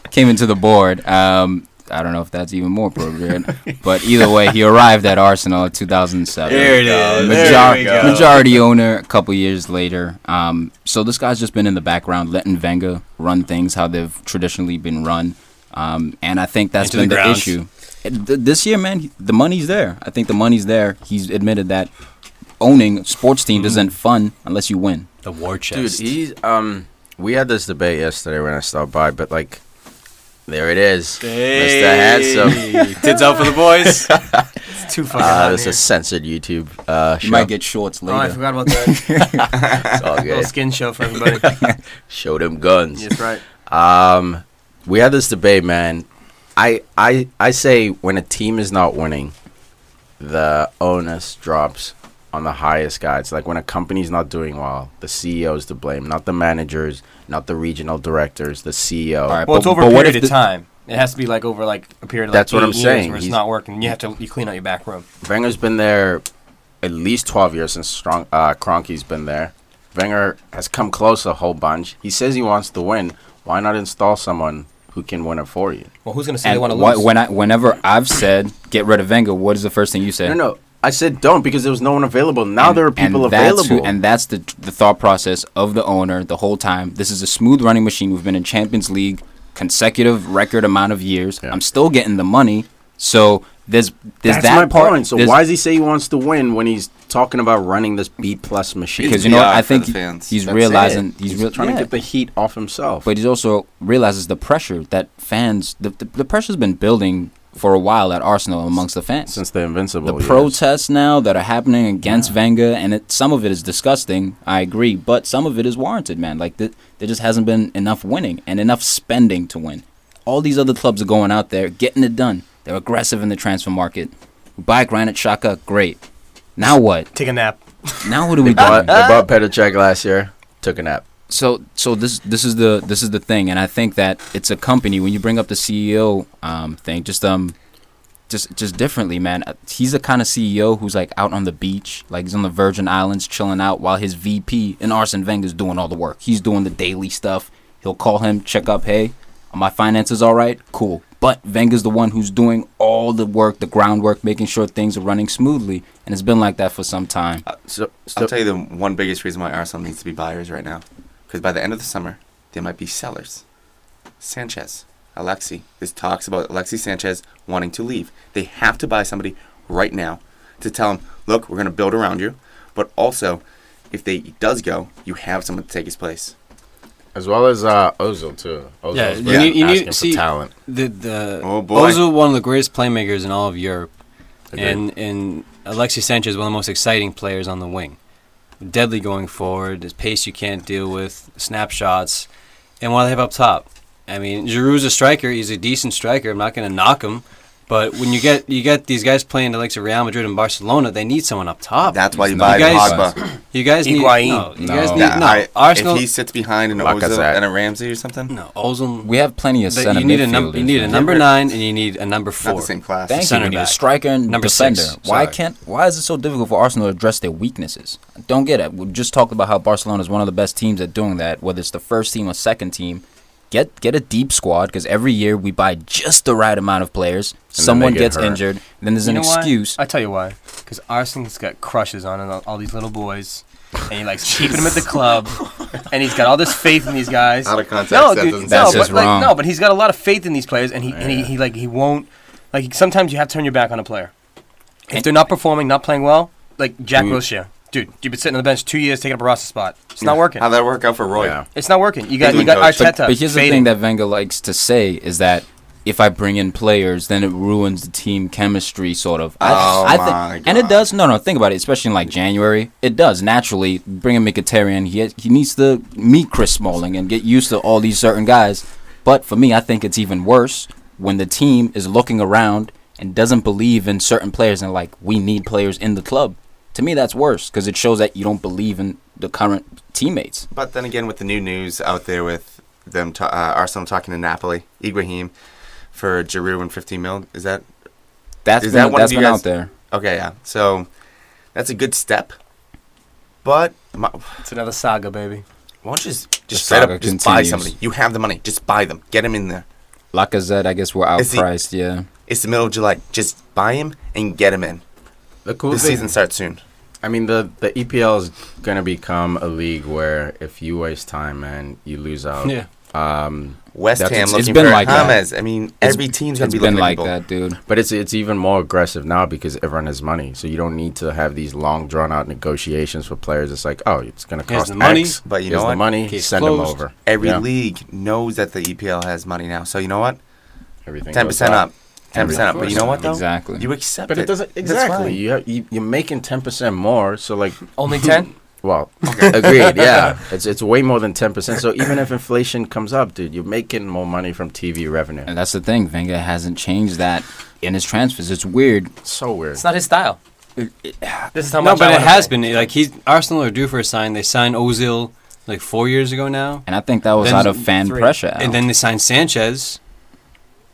came into the board. Um, I don't know if that's even more appropriate, but either way, he arrived at Arsenal in 2007.
There it is.
Major-
There we go.
Majority owner a couple years later. Um, so this guy's just been in the background letting Venga run things how they've traditionally been run, um, and I think that's
Into
been
the
the,
grounds.
issue. It- th- This year, man, he- the money's there.
Mm-hmm.
I think the money's there. He's admitted that owning sports team isn't fun unless you win.
the war chest.
Dude, he's um. We had this debate yesterday when I stopped by, but like, there it is, Mr. Handsome.
Tits out for the boys.
It's too fucking
Uh,
hot in
this
here.
is censored YouTube. Uh,
You
show.
might get shorts
Oh, I
later.
forgot about that
It's all
little
good.
skin show for everybody.
Show them guns.
That's right.
Um, we had this debate, man. I I I say when a team is not winning, the onus drops on the highest guy. It's like when a company's not doing well, the CEO is to blame, not the managers, not the regional directors, the E CEO.
All right,
Well, it's
but-
over
but
a
what
period
if
of
the-
time. It has to be like over like a period of like
That's what
eight
I'm
years
saying.
where it's
He's-
not working. You have to you clean out your back room.
Wenger's been there at least 12 years since Strong, uh, Kroenke's been there. Wenger has come close a whole bunch. He says he wants to win. Why not install someone who can win it for you?
Well, who's gonna say they
And
want to
wh-
lose?
when I, whenever I've said get rid of Wenger, what is the first thing you say?
No, no. I said don't because there was no one available. Now
And-
there are people
and that's
available.
Who, and that's the the thought process of the owner the whole time. This is a smooth running machine. We've been in Champions League consecutive record amount of years.
Yeah.
I'm still getting the money. So there's there's
that's
that
my
part.
point. So
there's-
why does he say he wants to win when he's talking about running this B plus machine?
Because
It's
you know what?
PR
I
for
think
the fans.
he's
That's
realizing
it.
he's,
he's
real-
trying
yeah.
to get the heat off himself.
but he also realizes the pressure that fans the, the, the pressure's been building for a while at Arsenal amongst the fans.
since the invincible,
the
years.
protests now that are happening against Wenger, and it, some of it is disgusting. I agree, but some of it is warranted, man. Like th- there just hasn't been enough winning and enough spending to win. All these other clubs are going out there getting it done. They're aggressive in the transfer market. We buy Granite Shaka, great. Now what?
Take a nap.
Now what do
they
we
bought,
do?
they bought Petr Cech last year. Took a nap.
so so this this is the this is the thing, and I think that it's a company. When you bring up the CEO um, thing, just um, just just differently, man. Uh, He's the kind of CEO who's like out on the beach, like he's on the Virgin Islands chilling out, while his VP and Arsene Wenger's doing all the work. He's doing the daily stuff. He'll call him, check up, hey, are my finances all right? Cool. But Wenger's the one who's doing all the work, the groundwork, making sure things are running smoothly, and it's been like that for some time.
So,
I'll
so
tell you the one biggest reason why Arsenal needs to be buyers right now, because by the end of the summer, they might be sellers. Sanchez, Alexi. This talks about Alexi Sanchez wanting to leave. They have to buy somebody right now to tell him, look, we're going to build around you, but also, if they he does go, you have someone to take his place.
as well as uh, Ozil too. Ozil's
Yeah,
been
you need- you need-
asking for
see-
talent.
the the
Oh, boy.
Ozil, one of the greatest playmakers in all of Europe,
Agreed.
and and Alexis Sanchez, one of the most exciting players on the wing. Deadly going forward, his pace you can't deal with, snapshots, and what do they have up top. I mean, Giroud's a striker; he's a decent striker. I'm not going to knock him, but when you get you get these guys playing the likes of Real Madrid and Barcelona, they need someone up top.
That's why you
You
buy
guys-
Pogba.
you guys need
Higuain.
no, you guys
No.
need
That-
no
I-
Arsenal.
If he sits behind an Ozil
Lacazette.
and a Ramsey or something,
no, Ozil.
We have plenty of
that-
center
you need a number. You
midfielders,
need a
man.
number
Yeah.
nine, and you need a number four.
not the same class.
Thank you.
Center
We need a
back.
striker and
Number
defender.
six.
Why
Sorry.
can't? Why is it so difficult for Arsenal to address their weaknesses? I don't get it. We just talked about how Barcelona is one of the best teams at doing that. Whether it's the first team or second team, get get a deep squad because every year we buy just the right amount of players.
then
Someone
they get
gets
hurt.
injured, then there's an
You know why?
excuse.
I tell you why. Because Arsenal's got crushes on uh, all, all these little boys, and he likes keeping them at the club, and he's got all this faith in these guys.
Out of context,
no,
that
dude,
doesn't
That's
no,
sound
just
but, like,
wrong.
no, but he's got a lot of faith in these players, and he and he, he like he won't like sometimes you have to turn your back on a player if they're not performing, not playing well. Like Jack
Mm-hmm.
Mm.
Wilshere, dude, you've been sitting on the bench two years taking up a roster spot. It's not working.
How'd that work out for Roy?
Yeah.
It's not working. You got you
doing
got
coach.
Arteta.
But here's the
fading.
thing that Wenger likes to say is that if I bring in players, then it ruins the team chemistry, sort of. I,
Oh
I
my
And
God.
it does. No, no. Think about it, especially in like January. It does naturally bring in Mkhitaryan. He he needs to meet Chris Smalling and get used to all these certain guys. But for me, I think it's even worse when the team is looking around and doesn't believe in certain players and like we need players in the club. To me, that's worse because it shows that you don't believe in the current teammates.
But then again, with the new news out there with them, ta uh, Arsenal talking to Napoli, Iguain for Giroud and 15 mil, is that
That's
Is
been,
that one
that's
of you
been
guys-
out there.
okay? Yeah, so that's a good step. But my, why
It's another saga, baby.
don't you just, just
The
straight
saga
up just buy
continues.
somebody? You have the money, just buy them, get them in there.
Lacazette, I guess, we're
Is he-
outpriced. yeah.
It's the middle of July, just buy him and get him in.
The cool
The
thing,
season starts soon.
I mean, the the E EPL is gonna become a league where if you waste time, man, you lose out.
Yeah.
Um,
West
That's-
Ham
it's-
looking
it's been
for
like that.
James. I mean, every team's gonna
It's
be
been
looking
like
for people.
that, dude.
but it's it's even more aggressive now because everyone has money, so you don't need to have these long drawn out negotiations for players. It's like, oh, it's going to
Here's
cost
the money.
X,
But you
here's
know
the
what?
money.
Case
send them
closed.
over.
Every
Yeah.
league knows that the EPL has money now. So you know what?
Everything
Ten
goes
percent up. Ten percent up.
Of
But you know what though?
Exactly.
You accept
But
it.
it doesn't
That's
exactly.
fine.
You, have, you you're making ten percent more, so like,
Only ten.
well, agreed. Yeah, it's it's way more than ten percent. So even if inflation comes up, dude, you're making more money from TV revenue.
and that's the thing. Wenger hasn't changed that in his transfers. It's weird.
It's so weird.
it's not his style. This is how
No,
much.
but
I
it
wanna
has
pay.
been like he's Arsenal are due for a sign. They signed Ozil like four years ago now,
And I think that was
Then
out of fan
three.
pressure. Al.
and then they signed Sanchez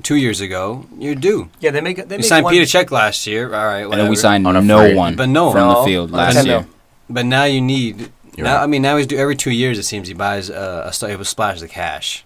two years ago. You're due.
Yeah, they make. They
You
make
signed
one-
Peter Check last year. All right,
And then we
whatever.
signed
On a
no
free.
one
But no
from
one.
the field
No.
last
But-
year.
But now you need.
You're
now,
right.
I mean, now he's do every two years. It seems he buys a, a, st- a splash of cash.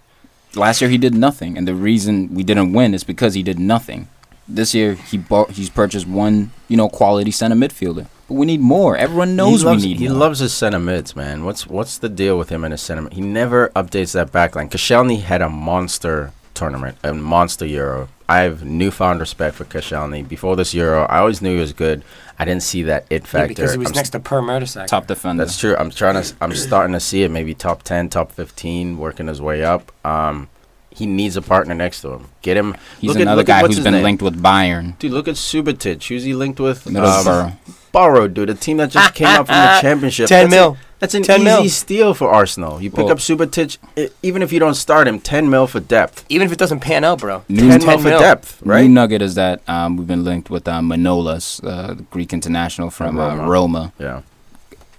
Last year he did nothing, and the reason we didn't win is because he did nothing. This year he bought. He's purchased one, you know, quality center midfielder. But we need more. Everyone knows
he loves,
we need
he
more.
loves his center mids, man. What's what's the deal with him and his center? mid? He never updates that backline. Koscielny had a monster tournament, a monster Euro. I have newfound respect for Koscielny. Before this Euro, I always knew he was good. I didn't see that it
Yeah,
factor.
because he was
I'm
next to Per Mertesacker.
top defender.
That's true. I'm trying to. I'm starting to see it. Maybe top ten, top fifteen, working his way up. Um, he needs a partner next to him. Get him.
He's
look at-
another
look at
guy
what's
who's
his
been
name. Um,
linked with Bayern.
Dude, look at Subotic. Who's he linked with?
Middlesbrough.
Borrow, dude. A team that just came up from the championship.
Ten
That's a-
mil.
that's an
10
easy
mil.
steal for Arsenal. You pick
Well-
up Subotic, e- even if you don't start him, ten mil for depth.
Even if it doesn't pan out, bro.
New-
10,
10
mil for depth, right?
New nugget is that um, we've been linked with um, Manolas, uh, the Greek international from uh,
Roma.
Roma.
yeah.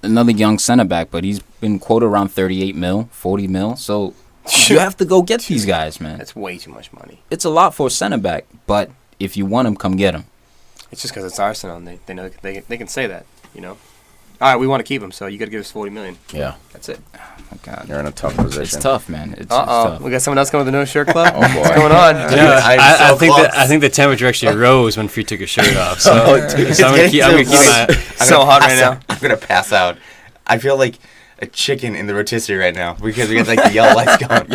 Another young center back, but he's been quoted around 38 mil, 40 mil. So you have to go get these guys, man.
That's way too much money.
It's a lot for a center back, but if you want him, come get him.
It's just because it's Arsenal, and they, they know they, they can say that, you know. All right, we want to keep him, so you got to give us forty million.
Yeah.
That's it.
Oh, God.
You're in a tough
It's
position.
tough, man. It's, it's
Uh oh,
tough.
we got someone else coming to the No Shirt Club.
Oh boy.
What's going on?
Yeah,
I'm
I, I
so
think that
close.
I think the temperature actually rose when Free took his shirt off. So,
it's
so I'm gonna
getting
keep, I'm
so
gonna keep
close.
my,
I'm
So
gonna
hot
pass
right now.
out. I'm gonna pass out. I feel like a chicken in the rotisserie right now because we got like the yellow lights going.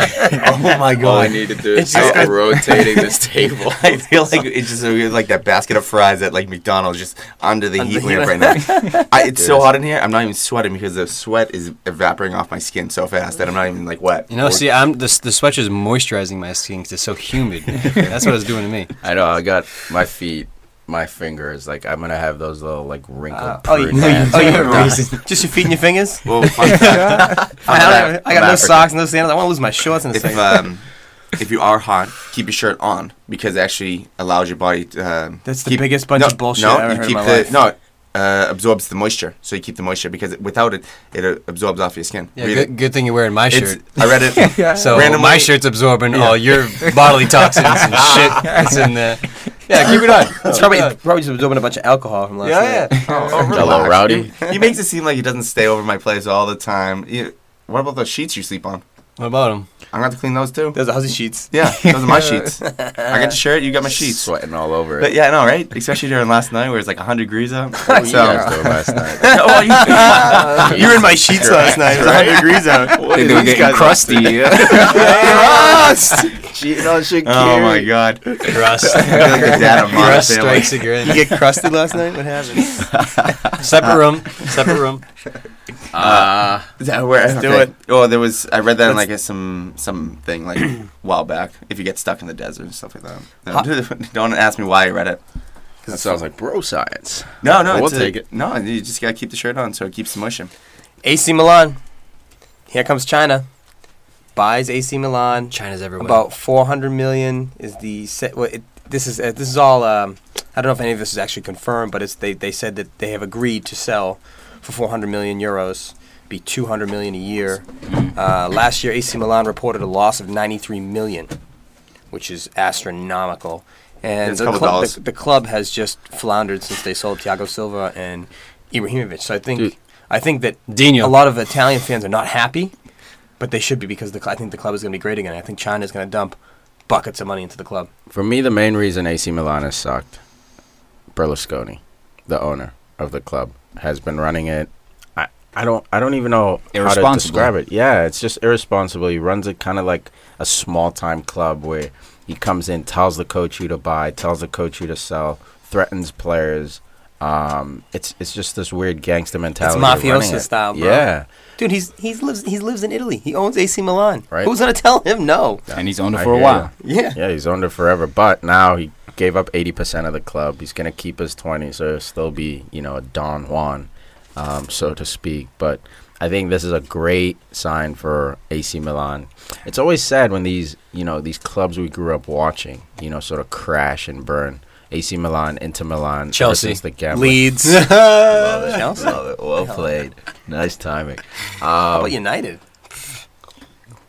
Oh my
All I
god!
need to do is
It's just
stop
got-
rotating this table.
I feel like it's just so good, like that basket of fries at like McDonald's just under the
Under
heat
the
lamp right
heat
now. I, it's so hot in here. I'm not even sweating because the sweat is evaporating off my skin so fast that I'm not even like wet.
you know, see, I'm the the sweat is moisturizing my skin 'cause it's so humid. That's what it's doing to me.
I know. I got my feet, my fingers. Like I'm gonna have those little like wrinkled.
Uh, oh, you,
prune
no, you,
hands.
oh, you're racist. Just your feet and your fingers.
Well, fun fact,
I, don't,
Af-
I got
I'm
no
African.
socks, no sandals. I want to lose my shorts in a
if
uh,
second.
um, if you are hot, keep your shirt on because it actually allows your body to. Um,
That's the
keep,
biggest bunch
no,
of bullshit
No,
I ever
you
heard in
keep
my
the
life.
no. it, Uh, absorbs the moisture, so you keep the moisture because it, without it, it uh, absorbs off your skin.
Yeah,
Read
good, good thing you're wearing my
it. It's,
shirt.
I read it.
So
Randomly- Oh,
my shirt's absorbing all your bodily toxins and shit that's in there.
yeah, keep it on. It's probably probably just absorbing a bunch of alcohol from last night.
Hello, rowdy.
He makes it seem like he doesn't stay over my place all the time. You- what about those sheets you sleep on?
What about him?
I'm gonna have to clean those too.
Those are housey sheets.
Yeah, those are my sheets. I got your shirt, you got my sheets.
sweating all over it.
But yeah, I know, right? Especially during last night where it's like 100 degrees out.
What were you
so,
guys doing last night?
Oh, you-
you were in my sheets last night. It was 100 degrees out.
They do get crusty.
oh my god. I
Rust.
feel like the dad of Modern
Rust
Family.
strikes again.
You get crusted last night? What happened?
Separate room. Separate room.
Uh,
Is that where Let's
do it.
Oh, there was I read that in like a, some something like a while back. If you get stuck in the desert and stuff like that. No, don't ask me why I read it.
that sounds like bro science.
No, no,
We'll
it's a-
take it.
No, you just gotta keep the shirt on so it keeps the moisture.
AC Milan. Here comes China. Buys AC Milan.
China's everywhere.
About 400 million is the set. Well, it, this is uh, this is all. Um, I don't know if any of this is actually confirmed, but it's they they said that they have agreed to sell for 400 million euros, be 200 million a year. Uh, last year, AC Milan reported a loss of 93 million, which is astronomical. And
It's a
the,
couple
club,
dollars.
the, the club has just floundered since they sold Thiago Silva and Ibrahimovic. So I think
Dude.
I think that
Dino.
a lot of Italian fans are not happy, but they should be because the cl- I think the club is going to be great again. I think China is going to dump buckets of money into the club.
For me, the main reason AC Milan has sucked, Berlusconi, the owner of the club, has been running it. I, I don't I don't even know how to
Irresponsible.
describe it. Yeah, it's just irresponsible. He runs it kind of like a small time club where he comes in, tells the coach who to buy, tells the coach who to sell, threatens players. Um, it's it's just this weird gangster mentality. of
mafioso
running it.
style, bro.
Yeah,
Dude, he's he's lives he lives in Italy. He owns AC Milan.
Right.
Who's gonna tell him no?
and he's owned it
I
for a
hear
while.
ya.
Yeah.
yeah, he's owned it forever. But now he gave up eighty percent of the club. He's gonna keep his twenty, so he'll still be you know a Don Juan, um, so to speak. But I think this is a great sign for AC Milan. It's always sad when these you know these clubs we grew up watching you know sort of crash and burn. AC Milan, Inter Milan, ever
Chelsea,
since the gambler.
Leeds.
Love it,
Chelsea.
love it. Well
Hell.
played. Nice timing.
How
Um,
about United?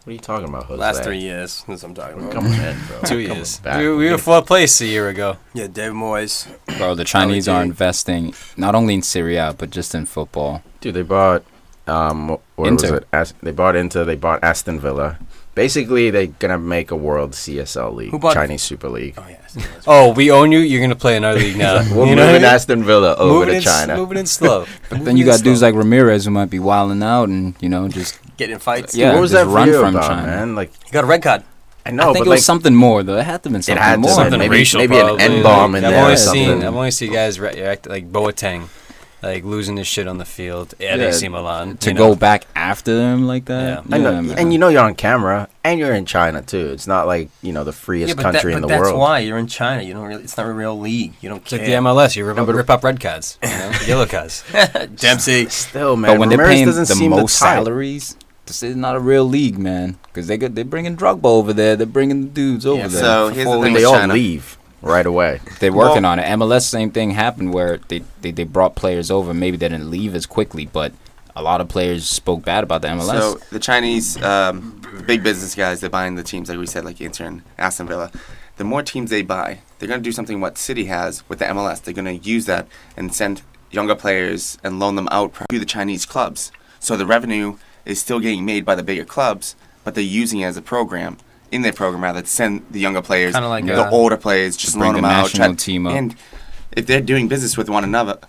what are you talking about, Jose?
Last three years. That's what I'm talking about.
Come on, in, bro.
Two
Come
years.
back.
We, were- we were fourth place a year ago.
Yeah, Dave Moyes.
Bro, the Chinese
Oh,
dude.
are investing not only in Syria but just in football.
Dude, they bought um what
Inter.
was it? As- they bought Inter, they bought Aston Villa. Basically, they're gonna make a world CSL league,
Who bought-
Chinese Super League.
Oh yeah.
Oh, we own you. You're gonna play in our league now.
We're
you know what I
moving
mean?
Aston Villa over
Moving
to
in,
China.
Moving in slow.
But then you got dudes like Ramirez who might be wilding out and you know just
Getting fights.
Yeah.
what was
just
that
run
run
from
from about,
China.
man? Like
He got a red card.
I know,
I think
but
it
like
was something more though. It had to have been
it
something
had to
more.
be
Something
maybe,
racial,
maybe an
probably.
N bomb in
I've
there.
only
or
seen
something.
I've only seen guys re- react like Boateng, like losing his shit on the field at
Yeah,
AC Milan
to
you
go
know?
back after them like that.
I know,
man.
and you know you're on camera, and you're in China too. It's not like you know the freest
yeah, but, that-
country
but
in the
that's
world.
why you're in China. You don't really. It's not a real league. You don't
It's like
care.
the MLS. You rip, up, rip up red cards, you know? yellow cards.
Dempsey.
Still, man,
but when
Ramirez
they're paying
doesn't
the
seem
most
type.
salaries, this is not a real league, man. Because they got they're bringing Drogba over there. They're bringing the dudes over there.
so here's
Before
the thing
they
with
all
China.
leave right away.
They're working on it. MLS, same thing happened where they, they, they brought players over. Maybe they didn't leave as quickly, but a lot of players spoke bad about the MLS.
So the Chinese, um, the big business guys, they're buying the teams like we said, like Inter and Aston Villa. The more teams they buy, they're going to do something what City has with the MLS. They're going to use that and send younger players and loan them out to the Chinese clubs. So the revenue is still getting made by the bigger clubs, but they're using it as a program in their program rather to send the younger players,
Kinda like,
the
uh,
older players, just
bring
loan
the
them out.
national team up.
And if they're doing business with one another,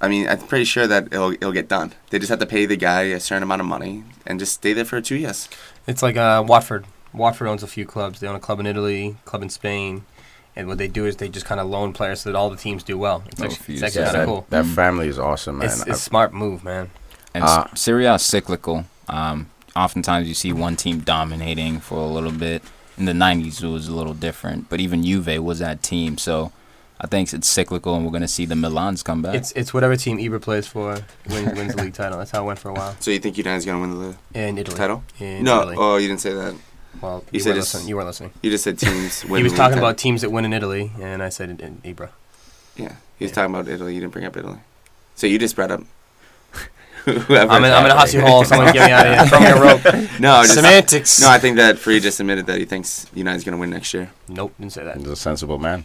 I mean, I'm pretty sure that it'll it'll get done. They just have to pay the guy a certain amount of money and just stay there for two years.
It's like uh, Watford. Watford owns a few clubs. They own a club in Italy, club in Spain, and what they do is they just kind of loan players so that all the teams do well. It's
Oh,
actually,
fees.
it's actually
Yeah,
kind
that,
of cool.
that family is awesome, man.
It's,
I-
it's smart move, man.
and
Uh,
s Syria is cyclical. Um, oftentimes you see one team dominating for a little bit. In the 90s, it was a little different, but even Juve was that team. So I think it's cyclical, and we're going to see the Milans come back.
It's it's whatever team Ibra plays for wins, wins the league title. That's how it went for a while
So you think United's gonna win the
in Italy.
title?
In
no,
Italy.
oh, you didn't say that.
well,
he
you
said
weren't
it's-
listening. You weren't listening.
You just said teams. win
He was
the league
talking
title.
about teams that win in Italy, and I said in, in Ibra.
yeah. He was talking about Italy. You didn't bring up Italy. So you just brought up whoever.
I'm in, I'm in a
hot
hussy hole. Someone get me out of here. Throw me a rope.
No, just,
Semantics.
no. I think that Free just admitted that he thinks United's gonna win next year.
Nope, didn't say that.
He's a sensible man.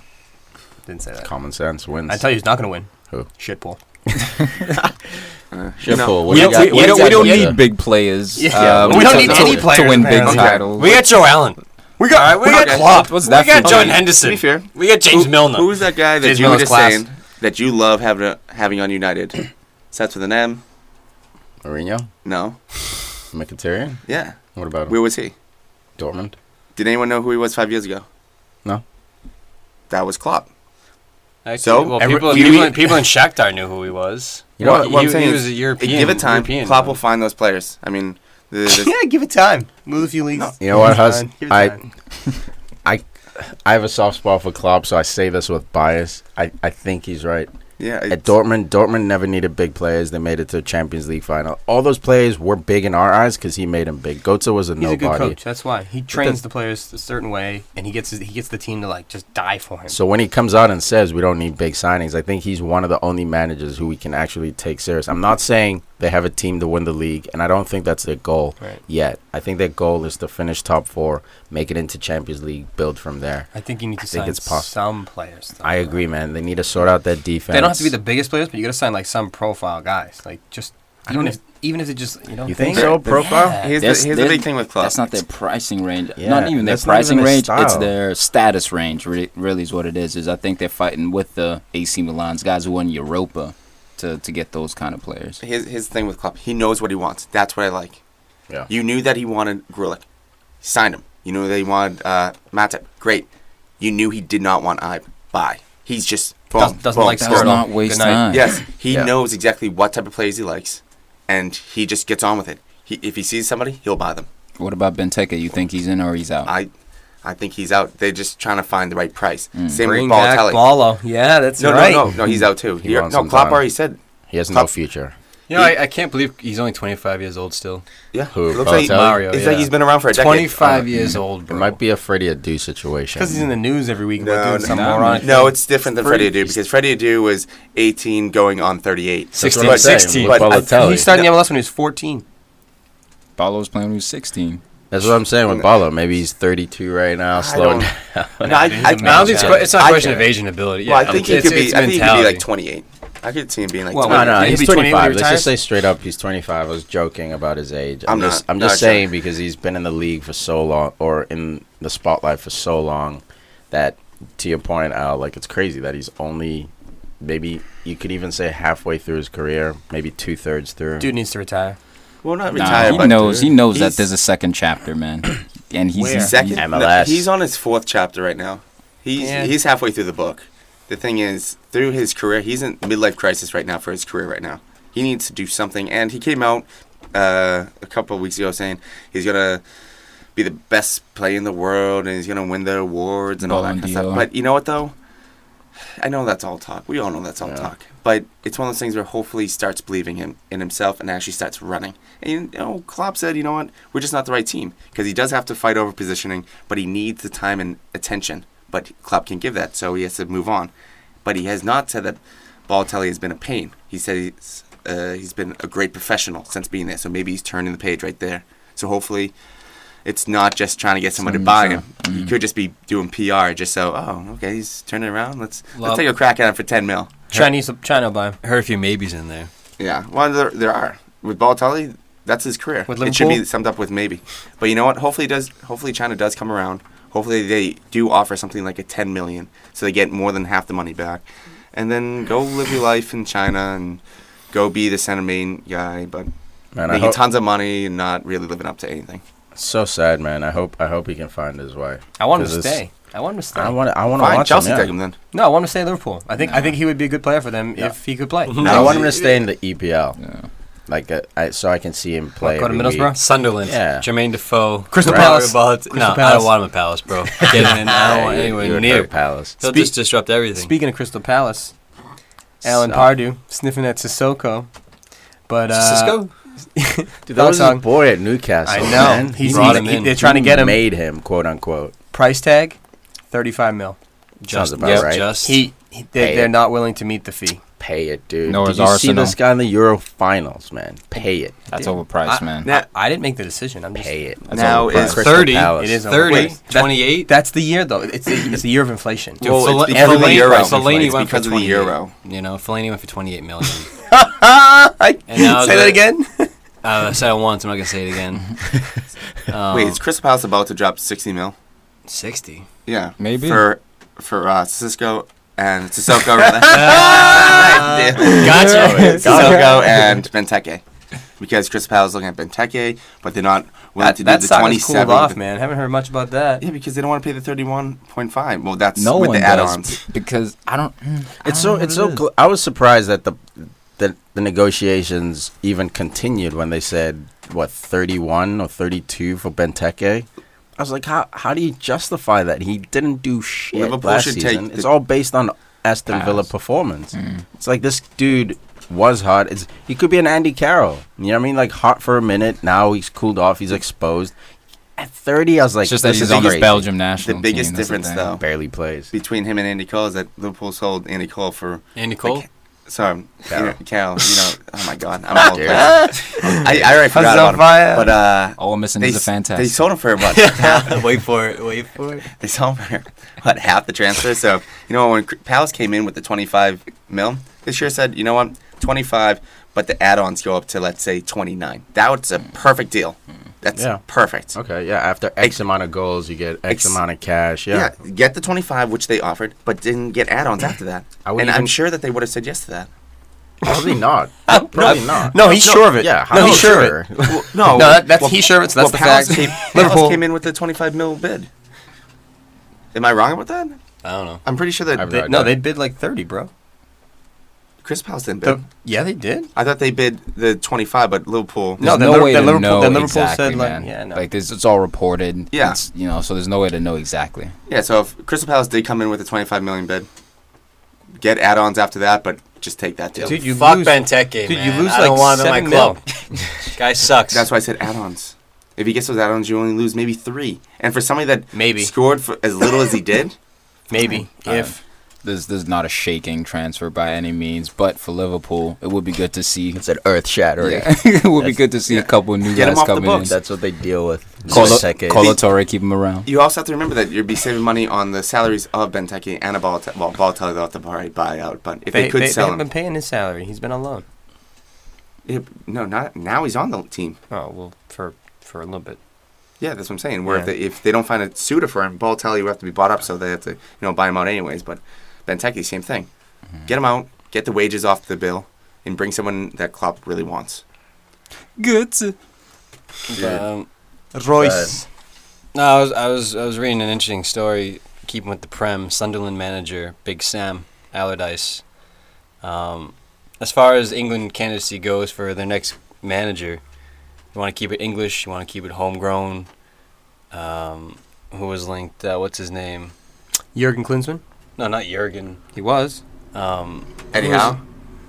Didn't say that.
Common sense wins.
I tell you, he's not going to win.
Who?
Shit, Paul.
Uh,
Shit,
no.
Paul,
we
what do
don't,
you got-
we, we don't,
what do you
we
got
don't
with
need
the-
big players.
Yeah,
uh,
we don't need
to-
any
to,
players,
to win big
apparently.
titles.
We got Joe Allen.
We got we
got
got
okay.
Klopp.
Klopp. What's that
we got
for?
John
Okay.
To be
Henderson.
fair,
We got James Milner.
Who was that guy that
James
you were
Miller's
just
class.
saying that you love having a, having on United? Starts with an M.
Mourinho,
No.
Mkhitaryan.
Yeah.
What about him?
Where was he?
Dortmund?
Did anyone know who he was five years ago?
No.
That was Klopp.
Actually,
So,
well,
every-
people,
you-
people, in- people in Shakhtar knew who he was.
You know
Well,
what-
what I'm
he,
saying
he
is,
was a European.
give it time.
European
Klopp will find those players. I mean, the, the,
yeah, give it time. Move a few leagues.
You know what,
Give it
Hus?
time. Give it
I,
time.
I, I have a soft spot for Klopp, so I say this with bias. I, I think he's right.
yeah.
At
it's-
Dortmund, Dortmund never needed big players. They made it to the Champions League final. All those players were big in our eyes because he made them big. Goetze was a
He's a good
nobody.
coach. That's why he trains the players a certain way, and he gets his, he gets the team to like just die for him.
So when he comes out and says we don't need big signings, I think he's one of the only managers who we can actually take serious. I'm not saying they have a team to win the league, and I don't think that's their goal
Right.
yet. I think their goal is to finish top four, make it into Champions League, build from there.
I think you need to
think
sign
it's possible.
some players. though.
I agree, man. They need to sort out their defense.
They don't have to be the biggest players, but you got to sign like some profile guys. Like just
I
even
don't-
if even if it just you know
You think so? Profile?
Here's,
That's-
the, here's the
that's-
big thing with Klopp.
That's not their pricing range.
Yeah,
not even their
that's not
pricing
even their
range. It's
style.
their status range. Re- really, is what it is. Is I think they're fighting with the AC Milan's guys who won Europa to, to get those kind of players.
his his thing with Klopp. He knows what he wants. That's what I like.
Yeah.
You knew that he wanted Grulick. Signed him. You knew that he wanted uh, Matip. Great. You knew he did not want Ibe. Bye. He's just boom,
Doesn't- doesn't
boom,
like
boom.
Let's
Sure.
not
Good
waste
night.
time.
Yes, he
Yeah.
knows exactly what type of plays he likes, and he just gets on with it. He, if he sees somebody, he'll buy them.
What about Benteke? You think he's in or he's out?
I, I think he's out. They're just trying to find the right price. Same
Bring
with
back
Balotelli.
Ballo. Yeah, that's
no,
right.
no, no, no, he's out too.
He
He
wants
no,
some
Klopp
time.
already said.
He has no
Klopp-
future.
You know, I, I can't believe he's only 25 years old still.
Yeah,
Who,
it looks like,
Balotelli?
Mario,
it's
yeah.
like he's been around for a decade.
Uh,
25 years old,
It
bro.
might be a Freddie Adu situation.
Because he's in the news every week
No,
about doing
no,
some
no,
moronic.
No, it's different than Freddie
pretty-
Adu because Freddie Adu was 18 going on 38.
16,
But-
16.
But I,
Balotelli.
think
He started in the MLS when he was 14.
Paulo was playing when he was 16.
That's what I'm saying with Balo. Maybe he's 32 right now, slowing
don't-
down.
no, I,
he's
I,
a
I don't think it's, que- it's not
I-
a question of Asian ability. Yeah,
well, I think he
it's-
could be.
it's
I think he could be
mentality.
like 28. I could see him being like.
Well,
28.
No, no,
He'll
he's
be 28 when he
25. Let's
retires?
just say straight up, he's 25. I was joking about his age.
I'm
just,
not.
I'm
No,
just
it's not.
saying because he's been in the league for so long, or in the spotlight for so long, that to your point, Al, like it's crazy that he's only, maybe you could even say halfway through his career, maybe two thirds through.
Dude needs to retire.
Well, not
Nah,
retired.
he
but
knows. He knows that
he's
there's a second chapter, man. And he's
Where?
he's-
second.
he's-
no,
MLS.
he's on his fourth chapter right now. He's
Yeah.
he's halfway through the book. The thing is, through his career, he's in midlife crisis right now for his career right now. He needs to do something, and he came out uh, a couple of weeks ago saying he's gonna be the best player in the world and he's gonna win the awards and all that
Ballon
kind of
d'Or.
stuff. But you know what though? I know that's all talk. We all know that's all
Yeah.
talk. But it's one of those things where hopefully he starts believing him in himself and actually starts running. And you know, Klopp said, you know what? We're just not the right team because he does have to fight over positioning, but he needs the time and attention. But Klopp can give that, so he has to move on. But he has not said that Balotelli has been a pain. He said he's uh, he's been a great professional since being there. So maybe he's turning the page right there. So hopefully, it's not just trying to get someone to buy him.
Mm-hmm.
He could just be doing PR, just so oh okay, he's turning around. Let's
Well-
let's take a crack at him for ten mil.
Chinese, China will buy him.
Heard a few maybes in there.
Yeah, well there, there are with Balotelli. That's his career.
With
it should be
Liverpool?
summed up with maybe. But you know what? Hopefully it does. Hopefully China does come around. Hopefully they do offer something like a ten million, so they get more than half the money back, and then go live your life in China and go be the center main guy, but
Man, I
making
hope,
tons of money and not really living up to anything.
so sad, man. I hope, I hope he can find his way.
I want him
'Cause
to
it's-
stay. I want him to stay.
I want, I want to
Fine,
watch
Chelsea
him. yeah.
take him then.
no, I want him to stay at Liverpool. I think I think he would be a good player for them
Yeah.
if he could play.
No, I want him to stay in the EPL,
Yeah.
like uh, I, so I can see him play.
go to
every
Middlesbrough?
week.
Sunderland,
Yeah.
Jermaine Defoe,
Crystal
Mario
Palace.
Balotelli-
Crystal
no, I
Palace.
don't want him at Palace, bro. Get in. I don't want
Yeah, you
anyone
would
near.
hurt Palace.
He'll
Speak-
just disrupt everything.
Speaking of Crystal Palace, Alan
So-
Pardew sniffing at Sissoko, but uh,
Cisco?
Dude,
That was
song.
his boy at Newcastle.
I know.
Man.
He's,
Brought
he's-
him
he-
in.
They're trying to get him.
Made him, quote unquote.
Price tag, thirty-five mil.
Sounds
Just,
about
yep,
right.
just
He, he
Hey.
they, they're not willing to meet the fee.
Pay it, dude.
Nor
Did
is
you see
Arsenal.
this guy in the Euro finals, man? Pay it.
That's
Yeah.
overpriced,
I-
man.
Now-
I, I didn't make the decision. I'm just.
Pay it.
That's
now
overpriced.
is
Crystal
30,
Palace.
It is over.
30,
Wait, that-
28.
That's the year though. It's it's the year of inflation.
Dude,
Well,
Fel-
it's because of the
Fellaini-
euro.
Fellaini
It's
went
because
for
of the
28.
euro.
You know, Fellaini went for 28 million.
I,
And now
say
the-
that again.
uh, I said it once. I'm not gonna say it again. Um,
Wait, is Crystal Palace about to drop sixty mil?
60.
Yeah,
Maybe.
for for uh, Cisco and Sissoko. rather.
Gotcha.
Sissoko and Benteke, because Chris Powell is looking at Benteke, but they're not willing
That,
to do
that
the
stock
twenty
has cooled
seven.
off, man. Haven't heard much about that.
Yeah, because they don't want to pay the thirty one point five. Well, that's
no
with
one
the add-ons.
does because I don't. mm, I
It's
don't
so.
know
It's
what
so.
it is.
Cl- I was surprised that the that the negotiations even continued when they said what 31 or 32 for Benteke. I was like, how how do you justify that? He didn't do shit
Liverpool
last
should
season.
take
it's
the-
all based on Aston Villa
Pass.
performance.
Hmm.
It's like this dude was hot. It's, he could be an Andy Carroll. You know what I mean? Like hot for a minute. Now he's cooled off. He's exposed. At 30, I was like,
it's just that
this
he's
is
on the
crazy.
Belgium national. team,
biggest
that's the
difference,
thing.
though.
Barely plays.
between him and Andy Cole is that Liverpool sold Andy Cole for
Andy Cole.
Like, sorry
Carroll.
Carol. Carol you know, oh my God, I'm all
Dude.
I, I already
How's
forgot about
on
him.
fire?
But uh,
All we're missing
they,
is a
s- they
fantastic.
sold him for about
wait for it. Wait for it.
They sold for what half the transfer. So you know when Palace came in with the 25 mil, they sure said, you know what, 25, but the add-ons go up to let's say 29. That was a perfect deal. That's
Yeah.
perfect.
Okay, yeah. After X amount of goals, you get X
Ex-
amount of cash. Yeah.
Yeah. get the 25 which they offered, but didn't get add-ons after that.
I
and
wouldn't
I'm
even-
sure that they would have said yes to that.
Probably not. Probably not.
No, he's sure of it.
Yeah,
no,
how
he's sure of
sure?
it.
Well, no,
No, that, that's he's sure of it. So that's
well,
the
Palace
fact.
Came, Liverpool
Liverpool-
came in with a 25 mil bid. Am I wrong about that?
I don't know.
I'm pretty sure that
I've
they,
read-
No, they bid like thirty, bro.
Chris Palace didn't bid.
The- yeah, they did.
I thought they bid the 25, but Liverpool.
No,
There's
then
no,
Liver-
way
then
to
Liverpool-
know
then Liverpool
exactly,
said, like,
man.
yeah, no.
Like this, it's all reported.
Yeah.
It's, you know, so there's no way to know exactly.
Yeah, so if Crystal Palace did come in with a 25 million bid, get add-ons after that, but just take that deal.
Dude, you
Fuck
lose-
Benteke,
dude, you
man.
lose
I don't
like
want him in my
seven mil.
club. Guy sucks.
That's why I said add-ons. If he gets those add-ons, you only lose maybe three. And for somebody that
Maybe.
scored for as little as he did,
Maybe
All right.
if
This, this is not a shaking transfer by any means, but for Liverpool, it would be good to see.
It's an earth shattering.
Yeah. it would be good to see a couple new
Get him
guys
off the
coming
books.
in.
That's what they deal with.
Call,
Benteke.
Colo Torre, keep him around.
you also have to remember that you'd be saving money on the salaries of Benteke and a Balotelli. Well, Balotelli they'll have to buy buyout, but if they,
they,
could
they, they
sell
haven't
him,
been paying his salary, he's been on loan.
Yeah, no, not now. He's on the team.
Oh well, for for a little bit.
Yeah, that's what I'm saying. Where if,
Yeah.
they, if they don't find a suitor for him, Balotelli will have to be bought up, so they have to you know buy him out anyways. But Benteke, same thing.
Mm-hmm.
Get him out, get the wages off the bill, and bring someone that Klopp really wants.
Good.
Um,
Royce.
no, I was, I was I was reading an interesting story. Keeping with the prem, Sunderland manager Big Sam Allardyce. Um, as far as England candidacy goes for their next manager, you want to keep it English. You want to keep it homegrown. Um, who was linked? Uh, what's his name?
Jurgen Klinsmann,
No, not Jurgen.
he was.
Um,
Eddie
who was-
Howe?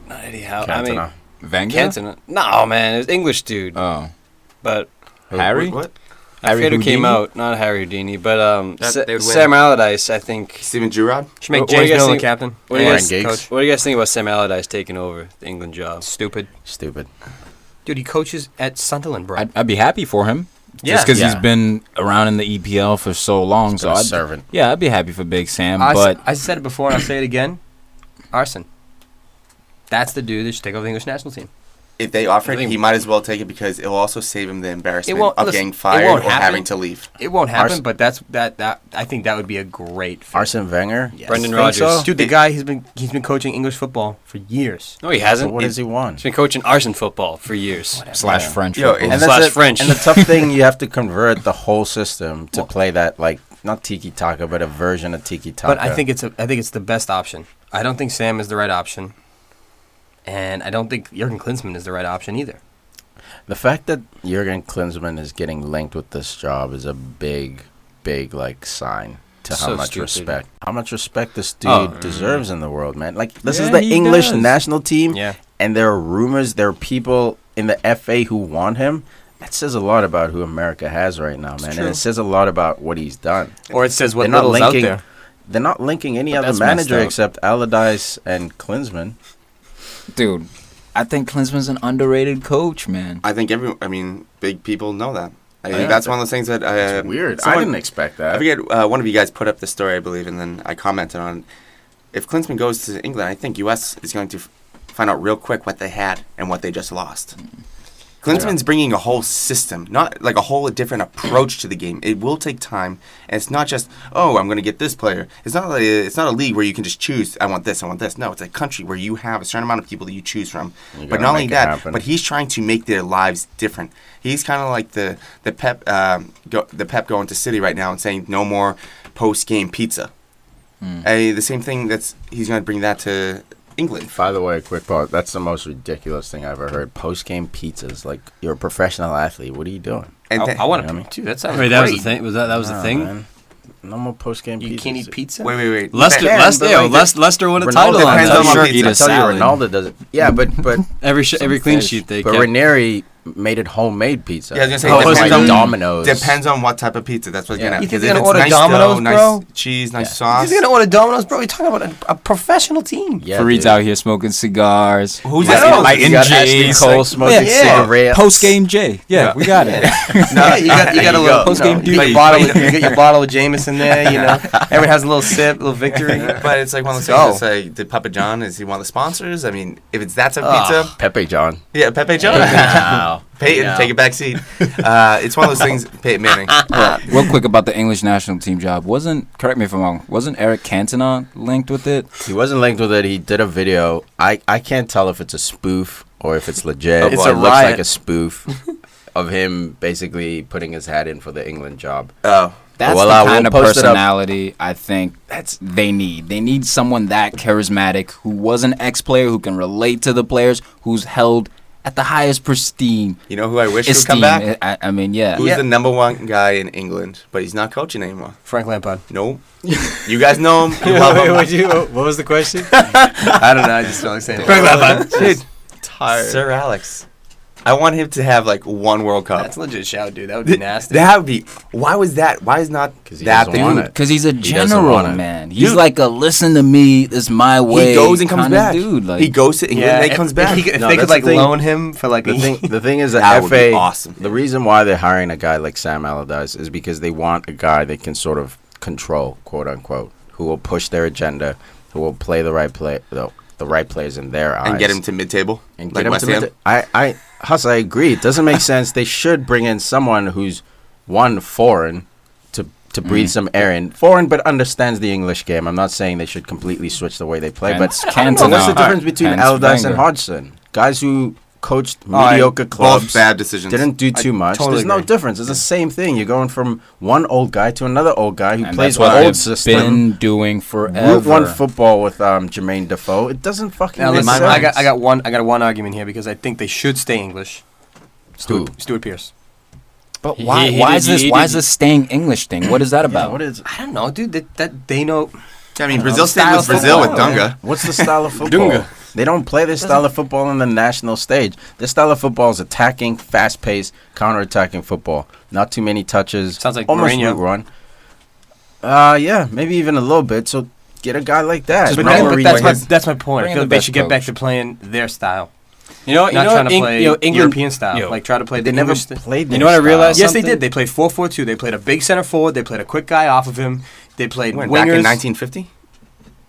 Not Eddie Howe. I mean,
Cantona.
Wenger?
Cantona. No, man, it was English dude.
Oh.
but
Harry?
What?
I
Harry
forget who came
Houdini?
out. Not Uh, Harry Houdini, but um,
That-
Sa-
they would win.
Sam Allardyce. I think.
Steven Gerrard?
Should make
What- what do you
James
guys
Milner
think-
captain.
What do, you
Warren
guys,
Giggs.
coach, what do you guys think about Sam Allardyce taking over the England job?
Stupid,
Stupid.
dude. He coaches at Sunderland, bro.
I'd, I'd be happy for him.
Yeah.
Just because
Yeah.
he's been around in the EPL for so long.
He's
So
been a
I'd,
servant.
Yeah, I'd be happy for Big Sam.
I, s-
but
I said it before and I'll say it again. Arson. That's the dude that should take over the English national team.
If they offer it,
think-
he might as well take it because it will also save him the embarrassment
won't-
of
listen,
getting
it
fired or
won't happen.
having to leave.
It won't happen,
Arson-
but that's that that I think that would be a great fit.
Arsene Wenger.
Yes.
Brendan
Think
Rodgers.
so?
Dude, the guy has been he's been coaching English football for years.
No, he
So
hasn't.
what does he
He's
want?
been coaching arson football for years.
slash French.
Yo,
football.
and
that's
Slash
it.
French.
And the tough thing, you have to convert the whole system to play that like not tiki taka, but a version of tiki taka.
But I think it's a, I think it's the best option. I don't think Sam is the right option, and I don't think Jurgen Klinsmann is the right option either.
the fact that Jurgen Klinsmann is getting linked with this job is a big, big like sign to how
So
much
stupid.
respect, how much respect this dude
Oh.
deserves in the world, man. Like this is
Yeah,
the
he
English
does.
national team,
Yeah.
and there are rumors there are people in the FA who want him. That says a lot about who America has right now, man, and
true.
it says a lot about what he's done.
Or it says what
they're not
little's out
linking.
there.
They're not linking any
But
other
that's messed
manager
up.
except Allardyce and Klinsman.
dude, I think Klinsman's an underrated coach, man.
I think every, I mean, big people know that. I
Yeah.
think that's one of those things that I.
It's
uh,
weird. I
someone-
didn't expect
I
that.
forget uh, one of you guys put up the story, I believe, and then I commented on. it. If Klinsman goes to England, I think U.S. is going to f- find out real quick what they had and what they just lost. Klinsman's bringing a whole system, not like a whole different approach to the game. It will take time, and it's not just oh, I'm going to get this player. It's not like it's not a league where you can just choose. I want this. I want this. No, it's a country where you have a certain amount of people that you choose from.
You
but
gotta
not only
make it
that,
happen.
but he's trying to make their lives different. He's kind of like the the Pep um, go, the Pep going to City right now and saying no more post game pizza.
Hmm.
Hey, the same thing that's he's going to bring that to England.
By the way, a quick pause. That's the most ridiculous thing I've ever heard. Post game pizzas. Like you're a professional athlete. What are you doing?
And
I,
th-
I want
You
to.
know what I mean?
Dude, that sounds
Wait, that
great.
was the thing. Was that that was the
Nah,
thing?
man. No more post game.
You can't eat pizza.
wait, wait, wait.
Leicester,
Depends,
Leicester,
but
yo,
like,
Leicester, Leicester won a
Ronaldo
title on
depends
that.
on my
I'm sure
pizza.
eat a
salad.
salad. Ronaldo does it. Yeah, but but
Every sh- every clean
fish.
sheet they
but
kept.
Ranieri made it homemade pizza.
Yeah, I was gonna say,
It
Oh,
wasn't
depends
like
on-
Domino's.
Depends on what type of pizza. That's what's
Yeah.
gonna happen.
You think
'Cause
they're
if
gonna
it's
order
nice
Domino's,
nice
bro?
cheese, nice sauce.
He's gonna order Domino's, bro. You're talking about a, a professional team.
Yeah,
Farid's
dude.
out here smoking cigars.
Who's
Like-
that?
Like
You
in
got Ashley
J's.
Cole smoking
yeah.
cigarettes.
Post game J. Yeah, we got it.
Yeah, you got, you got a
you
little
go.
Post-game
you get
duty.
your bottle, of- you get your bottle of Jameson there. You know, everyone has a little sip, a little victory.
but it's like one of those
Let's
things. It's like, did Papa John is he one of the sponsors? I mean, if it's that type of
Ah.
pizza,
Pepe John.
yeah, Pepe John.
Wow.
Peyton,
Yeah.
take a back seat. Uh, it's one of those things, Peyton Manning.
Real quick about the English national team job. Wasn't correct me if I'm wrong. Wasn't Eric Cantona linked with it?
He wasn't linked with it. He did a video. I, I can't tell if it's a spoof or if it's legit.
It's
Well,
a
it looks
riot.
like a spoof of him basically putting his hat in for the England job.
Oh,
That's
Well, I
the
will
kind of
post it up.
personality I think that's they need. They need someone that charismatic who was an ex-player who can relate to the players, who's held at the highest pristine
you know who I wish would
esteem.
come
Uh,
back?
I, I mean, yeah.
Who's the number one guy in England, but he's not coaching anymore.
Frank Lampard.
Nope. you guys know him. You love him.
what was the question?
I don't know. I just feel like saying it.
Dude, Sir Alex. I want him to have like one World Cup.
That's a legit shout, dude. That would be nasty.
That would be. Why was that? Why is not
'Cause he
that
doesn't
the
want
dude?
it.
Cause he's a
doesn't
general
want it.
man. He's
Dude.
like a listen to me, this my way.
He goes and comes
kinda
back.
Dude, like
he goes to England and
if-
he comes back.
If, he, if
No,
they could
that's the
like
thing.
loan him for like
The thing the thing is
That
that
would
FA
be awesome.
The reason why they're hiring a guy like Sam Allardyce is because they want a guy they can sort of control, quote unquote, who will push their agenda, who will play the right play the, the right players in their eyes
and get him to mid-table.
and
like
get him
West
to
Ham.
mid- I I Huss, I agree. It doesn't make sense. They should bring in someone who's one foreign to to breathe some air in. Foreign but understands the English game. I'm not saying they should completely switch the way they play, but
Hence
I don't know what's the
Cantona.
difference between
Hence
Allardyce and
Wenger.
Hodgson? Guys who coached
right,
mediocre
Both
clubs
bad decisions.
didn't do too much.
totally
There's no
agree.
difference. It's the same thing. You're going from one old guy to another old guy who
And
plays
that's what
the
they've
old system.
been doing forever.
Route one football with um, Jermaine Defoe. It doesn't fucking
Now,
make
listen,
my
sense.
I got, I got one. I got one argument here because I think they should stay English.
Who?
Stuart Pierce.
But
He-
why?
he
why
did-
is this?
he
Why
did-
is this staying English thing? What is that
Yeah,
about?
what is?
I don't know, dude. That, that they know.
I mean, Brazil stayed
Style
with Brazil with
football.
Dunga.
What's the style of football? they don't play this style of football on the national stage. This style of football is attacking, fast-paced, counter-attacking football. Not too many touches.
Sounds like
almost
Mourinho.
route run. Uh, yeah, maybe even a little bit. So get a guy like that.
Just
But,
bring
that-
in
but
the
that's my
best-
that's my
bring
point. I
in
feel
the
like they
best
should get back
coach.
to playing their style,
You know, Oh, you
not
know,
trying to
Eng-
play
you know, England,
European style,
yo,
like try to play.
they
the
never
English st-
played.
You know what I realized?
Yes,
Yes, they
something?
did. They played four four two. They played a big center forward. They played a quick guy off of him. They played
Went
wingers.
back in 1950.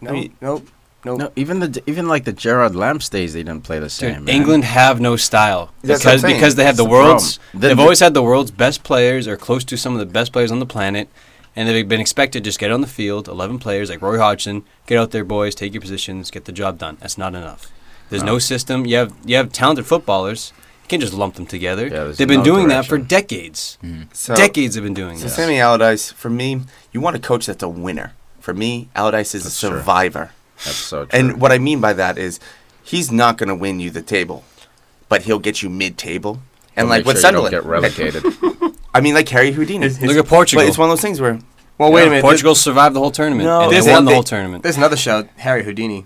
No,
I mean-
no, no.
no, even the even like the Gerard Lamb days, they didn't play the
Dude,
same. man.
England have no style
That's what I'm
because
saying.
because they have the
the
world's.
problem. The-
they've
the-
always had the world's best players or close to some of the best players on the planet, and they've been expected to just get on the field. Eleven players like Roy Hodgson, get out there, boys, take your positions, get the job done. That's not enough. There's no system. You have you have talented footballers. You can't just lump them together.
Yeah, there's
they've been
no
doing that for
direction.
decades.
So,
decades have been doing
So
this.
Sammy Allardyce, for me, you want a coach that's a winner. For me, Allardyce is
That's
a
true.
survivor.
That's so true.
And what I mean by that is he's not going to win you the table, but he'll get you mid-table. And
They'll
like
make
what
sure you
Sunderland,
don't get relegated.
I mean, like Harry Houdini.
Look at Portugal.
But it's one of those things where
Well, wait a
Yeah,
minute.
Portugal survived the whole tournament.
No,
and they
there's
won
that-
the whole
they-
tournament.
There's another shout. Harry Houdini.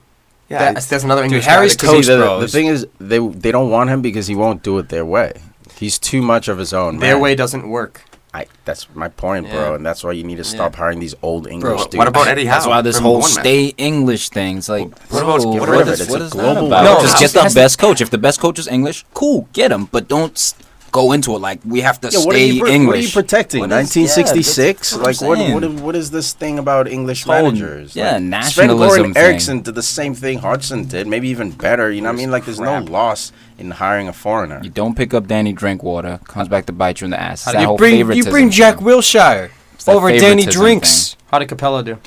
yeah,
That-
it's-
that's another English. guy
Harry's
that-
Because
Coast
the,
Bros.
the thing is, they they don't want him because he won't do it their way. He's too much of his own.
Their
man.
way doesn't work.
I, that's my point,
Yeah.
bro, and that's why you need to stop hiring these old English
what
dudes.
what about Eddie Howe?
That's why this
from
whole
Bournemouth?
stay English thing's like.
What about-
bro,
get
what
rid of
is-
it. It's
what
a
is
global
that about?
No,
just get
it
the
has to-
best coach. If the best coach is English, cool, get him. But don't s- go into it like we have to
Yeah,
stay
what, are you, pro-
English.
what are you protecting?
What is- yeah, that's
1966?
what I'm
like, what,
saying.
what, what is this thing about English
Whole-
managers?
yeah,
like,
nationalism
Sven-Goran
thing.
Eriksson did the same thing Hodgson did, maybe even better. You know what I mean? Like, there's no loss in hiring a foreigner.
You don't pick up Danny Drinkwater. Comes back to bite you in the ass. It's that whole favoritism thing.
Wilshire
It's that favoritism thing.
How did Capella do?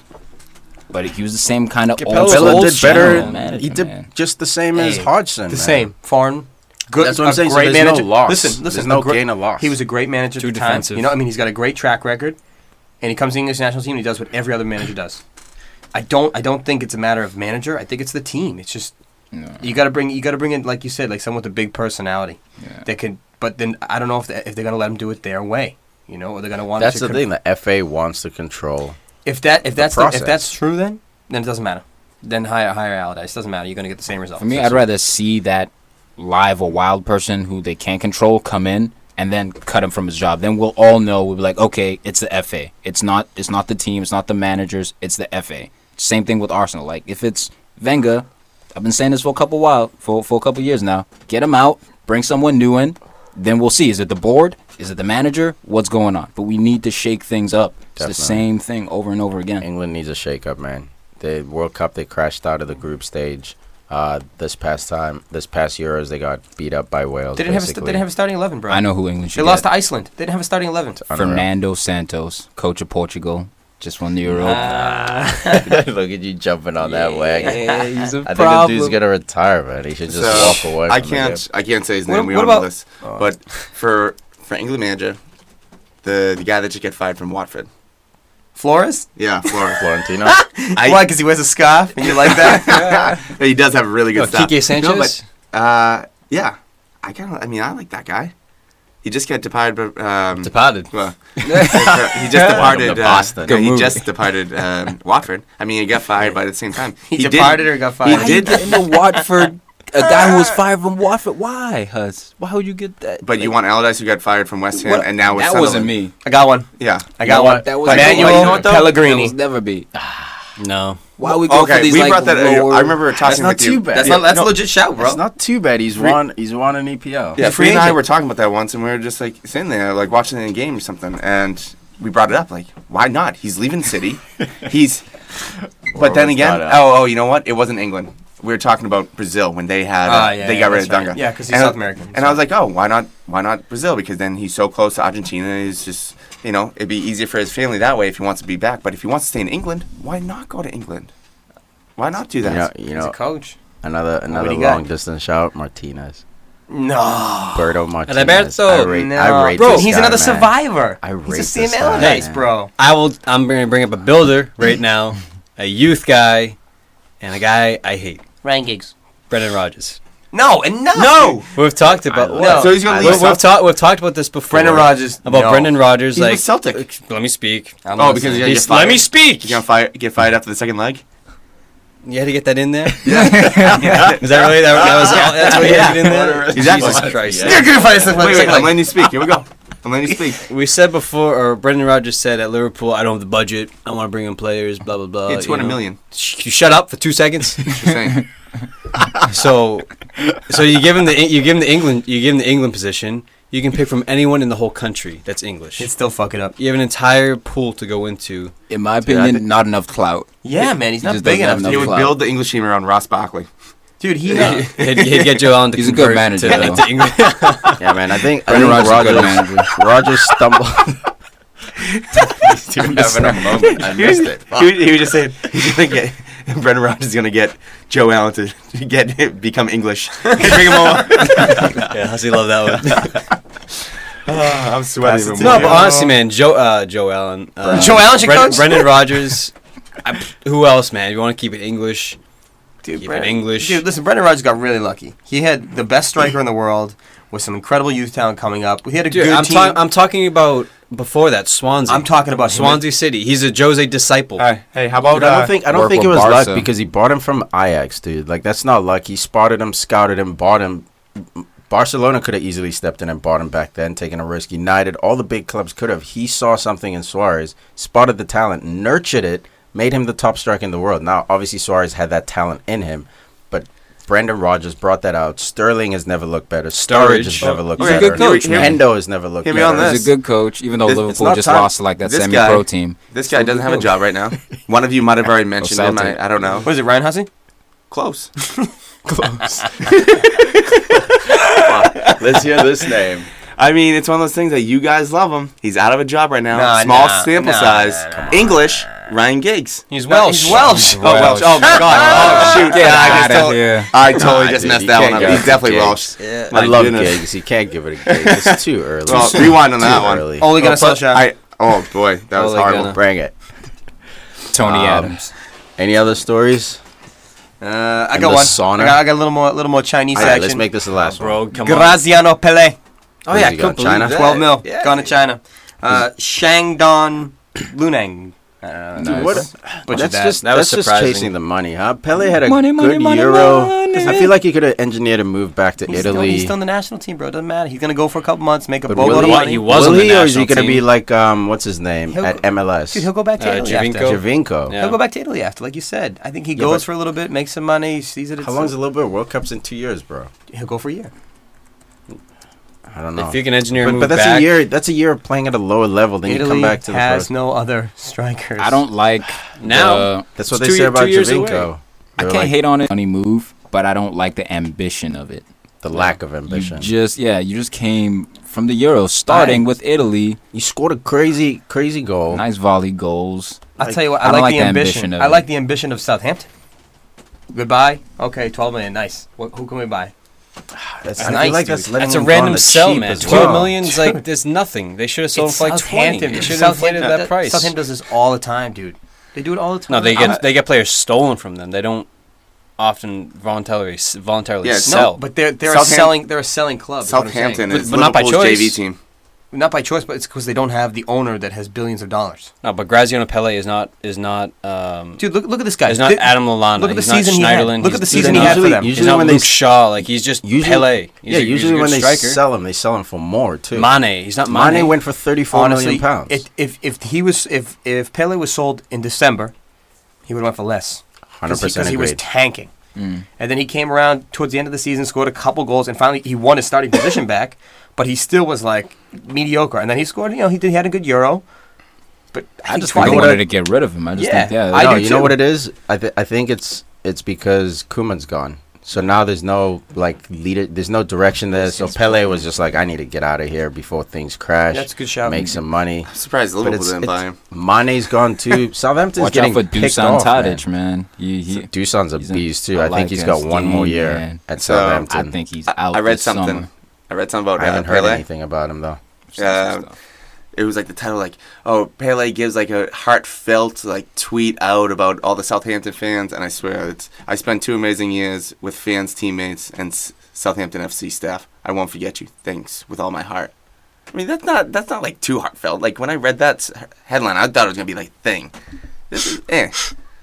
But he was the same kind of
Bella
old. old
did better.
style manager,
he did
man.
just the same as
Hey,
Hodgson. man.
The same. Foreign. Good.
That's what I'm
a
saying, so
Great
there's no
manager.
loss.
Listen,
There's
listen.
no
a gre-
gain or loss.
He was a great manager at
Too
the time.
defensive.
You know, I mean, he's got a great track record, and he comes to the English national team and he does what every other manager does. I don't. I don't think it's a matter of manager. I think it's the team. It's just
No.
you got to bring. You got to bring in, like you said, like someone with a big personality
Yeah.
that can. But then I don't know if they, if they're gonna let him do it their way. You know, or they're gonna want. him
That's
to
the
con-
thing. The FA wants to control.
If that if that's the, if
process.
that's true, then then it doesn't matter. Then hire hire Allardyce. Doesn't matter. You're gonna get the same result.
For me, I'd rather see that live or wild person who they can't control come in and then cut him from his job. Then we'll all know. We'll be like, okay, it's the FA. It's not. It's not the team. It's not the managers. It's the FA. Same thing with Arsenal. Like if it's Wenger, I've been saying this for a couple while for for a couple years now. Get him out. Bring someone new in. Then we'll see. Is it the board? Is it the manager? What's going on? But we need to shake things up. It's the
Definitely.
same thing over and over again.
England needs a shake-up, man. The World Cup, they crashed out of the group stage. Uh, this past time, this past Euros, they got beat up by Wales.
They didn't have a, st-
basically.
they didn't have a starting eleven, bro.
I know who England
They
should
lost
get.
to Iceland. They didn't have a starting eleven.
Unreal.
Fernando Santos, coach of Portugal, just won the Euro.
Look at you jumping on that wagon.
Yeah, he's a
I think the
problem.
dude's gonna retire, man. He should just walk away.
I
from the
can't. I can't say his
What-
name. we
what
don't know
about-
this. But for for England manager, the the guy that just get fired from Watford.
Flores?
Yeah, Flora.
game. Florentino.
I,
Why? Because he wears a scarf and you like that?
he does have a really good
Oh,
style.
Kike Sanchez.
No, but, uh, yeah, I kind of. I mean, I like that guy. He just got departed. but, Um,
Departed.
well, he just departed.
to
Uh,
Boston.
no,
Good
he
move.
just departed um, Watford. I mean, he got fired, but at the same time,
He,
did-
departed or got
He
fired?
did,
the Watford, a guy who was fired from Watford. Why, Hus? Why would you get that?
but you want Allardyce, who got fired from West Ham,
What-
and now with
that wasn't
Sunderland.
me.
I got one.
Yeah.
I
You
got
know
one.
what? That was
Emmanuel
you know what, though? That
Pellegrini.
was never be. Ah.
No.
Why we go for
Okay,
these
we
like
brought that.
lower-
I remember talking
not
with you.
too bad.
that's
Yeah,
not, that's
no,
a legit shout, bro.
It's not too bad. He's won. He's won an E EPL.
Yeah,
He's a free
Free and I
agent.
were talking about that once, and we were just like sitting there, like watching a game or something, and we brought it up, like, why not? He's leaving City. He's, but then
was
again,
that at?
oh, oh, you know what? It wasn't England. We were talking about Brazil when they had,
Ah,
uh,
yeah,
they
yeah,
got rid of
that's right.
Dunga.
Yeah, 'cause he's
And-
South American,
And I was like, oh, why not? Why not Brazil? Because then he's so close to Argentina. He's just, you know, it'd be easier for his family that way if he wants to be back. But if he wants to stay in England, why not go to England? Why not do
You know,
that?
you
He's
know
a coach.
another another
do you got?
long distance shout, Martinez,
No.
Berto Martinez. I
Alberto,
rate,
no.
I rate
bro,
this
he's
guy,
another
man.
survivor.
I rate
he's
this
a CML
guy,
nice,
man.
bro.
I will. I'm going to bring up a builder right now, a youth guy, and a guy I hate,
Ryan Giggs.
Brendan Rodgers.
No, and no.
We've talked about.
love-
No.
So he's gonna
We-
leave.
We've,
South-
talked. We've talked about this before.
Brendan Rodgers.
About
no.
Brendan Rodgers,
He's
like
with Celtic.
Let me speak.
I'm
Oh,
listening.
because he's gonna get
He's-
fired.
let me speak.
He's gonna fire, get fired after the second leg.
You had to get that in there. Yeah. Is that really that? that was all, that's what you had to get in there.
Exactly.
Jesus Christ.
You're gonna find something
Wait,
like-
wait, I'm letting you speak. Here we go. I'm letting you speak.
We said before, or Brendan Rodgers said at Liverpool, "I don't have the budget. I want to bring in players. Blah blah
Oh,
blah."
It's
you
won a
know.
million.
Sh- you shut up for two seconds.
Just saying.
so, so you give him the you give him the England you give him the England position. You can pick from anyone in the whole country that's English.
He'd still fuck it up.
you have an entire pool to go into.
in my
I
opinion,
think-
not enough clout.
Yeah, man, he's
He
not
just
big
doesn't have enough
enough.
He
to-
would
clout.
build the English team around Ross Barkley.
Dude, he.
He'd, he'd get Joel on to
He's a good
convert
manager,
to,
though.
to England.
Yeah, man. I think I
Brendan
think
Rodgers is a good
Rodgers. Rodgers stumbled. He's having a moment. I missed it.
He was, he was just saying he's gonna get Brendan Rodgers is gonna get Joe Allen to get become English. Bring him over.
yeah, Hussey loved that one.
I'm sweating. even
No,
more.
but honestly, man, Joe uh, Joe Allen, uh,
Joe Allen should
Brendan,
coach?
Brendan Rodgers. I, who else, man? You want to keep it English?
Dude,
Keep it English.
Dude, listen, Brendan Rodgers got really lucky. He had the best striker in the world with some incredible youth talent coming up. He had a
Dude,
good
I'm,
team.
talking. I'm talking about before that Swansea.
I'm talking about him.
Swansea City. He's a Jose disciple.
Alright, hey, how about
Dude, I
uh,
don't think I don't
Oh, work
think it
with
was luck
Barca.
because he bought him from Ajax, dude. Like that's not luck. He spotted him, scouted him, bought him. Barcelona could have easily stepped in and bought him back then, taking a risk. United, all the big clubs could have. He saw something in Suarez, spotted the talent, nurtured it, made him the top striker in the world. Now, obviously, Suarez had that talent in him, but Brendan Rodgers brought that out. Sterling has never looked better. Sturridge has
Sturridge.
never looked
Okay,
better.
good coach, man.
Hendo has never looked
Hear me
better.
on this.
He's a good coach, even though
This- it's
Liverpool
not
just
time-
lost to like that
this
semi-pro
guy-
team.
this guy doesn't have a job right now. One of you might have already mentioned him.
Celtic.
I, I don't know.
What is it, Ryan Hussey?
Close.
Let's hear this name.
I mean, it's one of those things that you guys love him. He's out of a job right now.
Nah,
Small
nah,
sample
nah,
size.
nah, nah,
English. Ryan Giggs.
He's
No,
Welsh.
he's Welsh.
Oh, Welsh. Oh my God. Oh shoot. Yeah, I just
outta
told-
here.
I totally
Nah,
just
dude,
messed
you
that
can't
one
go
up. He's
for
definitely
Giggs.
Welsh.
I
My
love
goodness.
gigs. You can't give it a gig. It's too early.
Well, rewind on
Too
that one.
early.
Only
Oh,
gonna
but
Solskjaer.
I- Oh boy, that was
Ole
horrible.
Gunnar.
Bring it.
Tony
Um,
Adams.
Any other stories?
Uh, I
And
got
the
one.
sauna?
I got, I got a little more, little more Chinese
All right,
action.
let's make this the last one.
Bro, come on.
Graziano Pele,
Oh
Who's
yeah,
he got?
I couldn't believe
China?
that.
12 mil, gone to China. Uh, Shangdon Luneng. Uh, I don't know.
Dude,
what-
Butchered
that's
that.
just
That
that's
was
just
surprising.
chasing the money, huh? Pele had a
Money, money,
good
money,
Euro.
money.
I feel like he could have engineered a move back to
He's Still,
Italy.
he's still in the national team, bro. Doesn't matter. He's gonna go for a couple months, make a
but
boatload
will
of
he,
money.
He was
will
on the
he, or is he
national
gonna be
team.
like um, what's his name
He'll
at
go-
MLS?
Dude, he'll go back to
Uh,
Italy
Giovinco?
after.
Javinko.
Yeah.
He'll go back to Italy after, like you said. I think he
Yeah,
goes
but-
for a little bit, makes some money, sees it.
How long's a little bit? of World Cups in two years, bro.
He'll go for a year.
I don't know.
If you can engineer a
but,
move
but that's
back,
a year. That's a year of playing at a lower level. Then you come back to the
has
first.
no other strikers.
I don't like
Now?
the-
That's what
It's
they
two
say
year-
about
two years
Javinko.
away.
They
I
were
can't
like,
hate on it. Money move. but I don't like the ambition of it.
The lack of
You
ambition. You,
just yeah, you just came from the Euro, starting with Italy.
scored a crazy, crazy goal.
Nice volley goals.
I'll tell you what,
I don't
I, like,
like
the
the
ambition.
ambition of
I
it.
like the ambition of Southampton. Goodbye. Okay, 12 million. Nice. What, who can we buy?
That's
nice,
letting
dude.
That's a
them go on
random
the
sell,
cheap
man.
as
Twelve
well.
million's like there's nothing. They should have sold
It's
for like twenty.
Southampton.
They should have
Southampton
inflated that
does-
price.
Southampton does this all the time, dude. They do it all the time.
No, they
I'm-
get they get players stolen from them. They don't often voluntarily s- voluntarily
Yeah,
no,
sell.
but they're they're a
Southampton-
selling they're a selling club. is what I'm saying.
Southampton
But-
is
but not by
Liverpool's
choice.
JV team.
not by choice, but it's because they don't have the owner that has billions of dollars.
no, but Graziano Pele is not is not um
Dude, look look at this guy.
is not
Th-
Adam Lallana.
look at the
he's not
season he had.
Schneiderlin.
Look at the
he's-
season
he's
he had for
not-
usually-
them.
He's
Usually
not
when they
Luke
s-
Shaw. Like he's just
Usually,
Pele. He's
yeah,
a,
usually
he's a
when
good
they
striker.
sell them, they sell them for more too.
Mane, he's not
Mane,
Mane.
went for thirty-four million
honestly,
pounds.
it- if if he was if if Pele was sold in December, he would have went for less.
Hundred percent
he was
agreed.
tanking. And then he came around towards the end of the season, scored a couple goals, and finally he won his starting position back. But he still was like mediocre. And then he scored. You know, he did. He had a good Euro. But I,
I
think
just
I
You
twice-
know
wanted
what I-
to get rid of him. I just
Yeah,
think yeah,
I
no,
do
you know
too.
what it is? I th- I think it's it's because Kuman's gone. So now there's no like leader. There's no direction there. So Pele was just like, I need to get out of here before things crash.
That's a good shout.
Make some money.
I'm surprised
But
Liverpool
it's,
didn't buy him.
it's- Mane's gone too. Southampton's
watch out
getting
for
picked
Dusan
off. man.
Tadic, man. He, uh, he,
Duson's a
He's in-
beast too.
I
I,
like
think he's
his
got one more
game,
year
man.
at
So,
Southampton.
I think he's out.
I, I read
this
something.
summer.
I read something about
I
uh,
haven't heard
Pele.
anything about him though.
Some- some
Um,
stuff.
It was like the title, like oh Pele gives like a heartfelt like tweet out about all the Southampton fans, and I swear it's I spent two amazing years with fans, teammates, and S- Southampton FC staff. I won't forget you. Thanks with all my heart. I mean that's not that's not like too heartfelt. Like when I read that s- headline, I thought it was gonna be like thing. This is eh.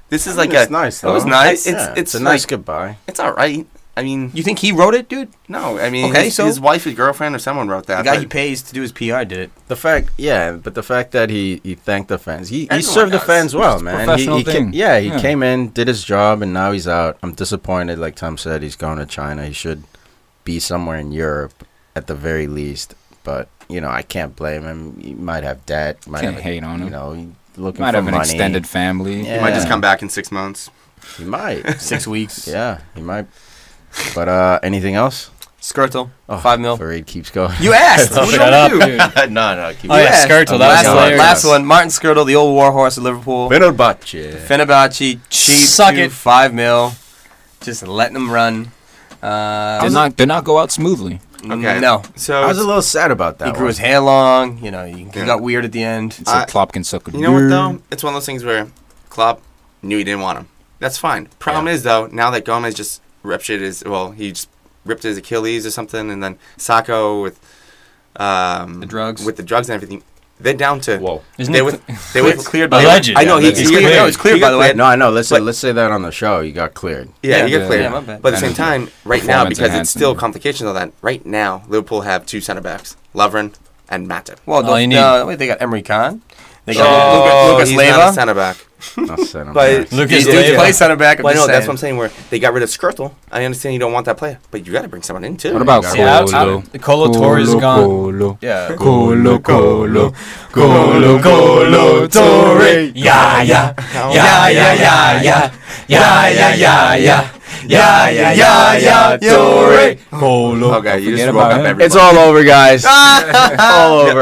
This is like
it's
a
nice though.
It was nice.
Yeah,
it's it's,
a nice
like-
goodbye.
It's all right. I mean,
You think he wrote it, dude?
no. I mean,
Okay,
his,
so-
his wife, his girlfriend, or someone wrote
The
that.
guy
but-
he pays to do his PR did it.
The fact, yeah, but the fact that he he thanked the fans, he, he
Everyone
served the
does.
fans well,
a
man. He-
professional
he ca-
thing.
yeah, he
Yeah.
came in, did his job, and now he's out. I'm disappointed. Like Tom said, he's going to China. He should be somewhere in Europe at the very least. But you know, I can't blame him. He might have debt. Might
Can't
have,
hate on
You
him.
know, he- looking
Might
for
have an
money.
extended family.
Yeah.
He might just come back in six months.
He might.
Six weeks.
yeah, he might. But uh, anything else?
Skirtle.
Oh,
Five mil.
Farid keeps going.
You asked.
Oh,
What
shut
do
up,
you
dude.
no, no, keep
Oh, yeah,
Yeah. last
Skirtle. That was
Last
one.
hilarious.
Last one. Martin Skirtle, the old war horse of Liverpool.
Fenerbahce.
Fenerbahce, cheap,
Suck
to
it.
five mil, just letting them run. Uh,
Did not did not go out smoothly.
Okay.
No,
So
I was a little sad about that.
he grew
one.
his hair long. You know, he, he
Yeah.
got weird at the end.
It's a
I-
Klopp can suck a
You know what
dick.
though? It's one of those things where Klopp knew he didn't want him. That's fine. Problem is though, now that Gomez just ruptured his well, he just ripped his Achilles or something, and then Sacco with um,
The drugs.
with the drugs and everything, they're down to
Whoa.
Isn't
they
it-
were they were
Cleared by-
they were-
Alleged,
I know
yeah,
he,
that's-
he,
It's
got
cleared.
cleared.
No,
it's cleared,
He
by
got
the way.
cleared.
No, I know. Let's
But-
let's say that on the show. You got cleared.
Yeah, he
Yeah,
got
yeah,
cleared.
yeah, my
bad.
But at the same
Performance
time, right now,
enhancing,
because it's still
yeah.
complications of that. Right now, Liverpool have two centre backs, Lovren and Matip.
Well,
All
the-
you need.
uh, wait, they got Emery Khan. They got
Oh,
Lucas,
he's
Lucas
not a
Leiva.
centre back.
I'll say it on
But-
the-
Lucas
These dudes
Leiva.
play center back. I'm
Well, I know
just
that's what I'm
saying.
saying. Where they got rid of Skirtle, I understand you don't want that player, but you got to bring someone in too.
What about
Yeah,
Yeah,
Colo?
out- out- Colo Torre is gone.
Colo,
Yeah.
Colo, Colo, Colo, Colo, Torre. Yeah, yeah, yeah, yeah, yeah, yeah, yeah, yeah, yeah, yeah. Yeah, yeah, yeah, yeah, Torre. Colo.
Okay, you
Forget
just
about
woke up
him.
everybody.
Ah!
It's all over, guys. all over.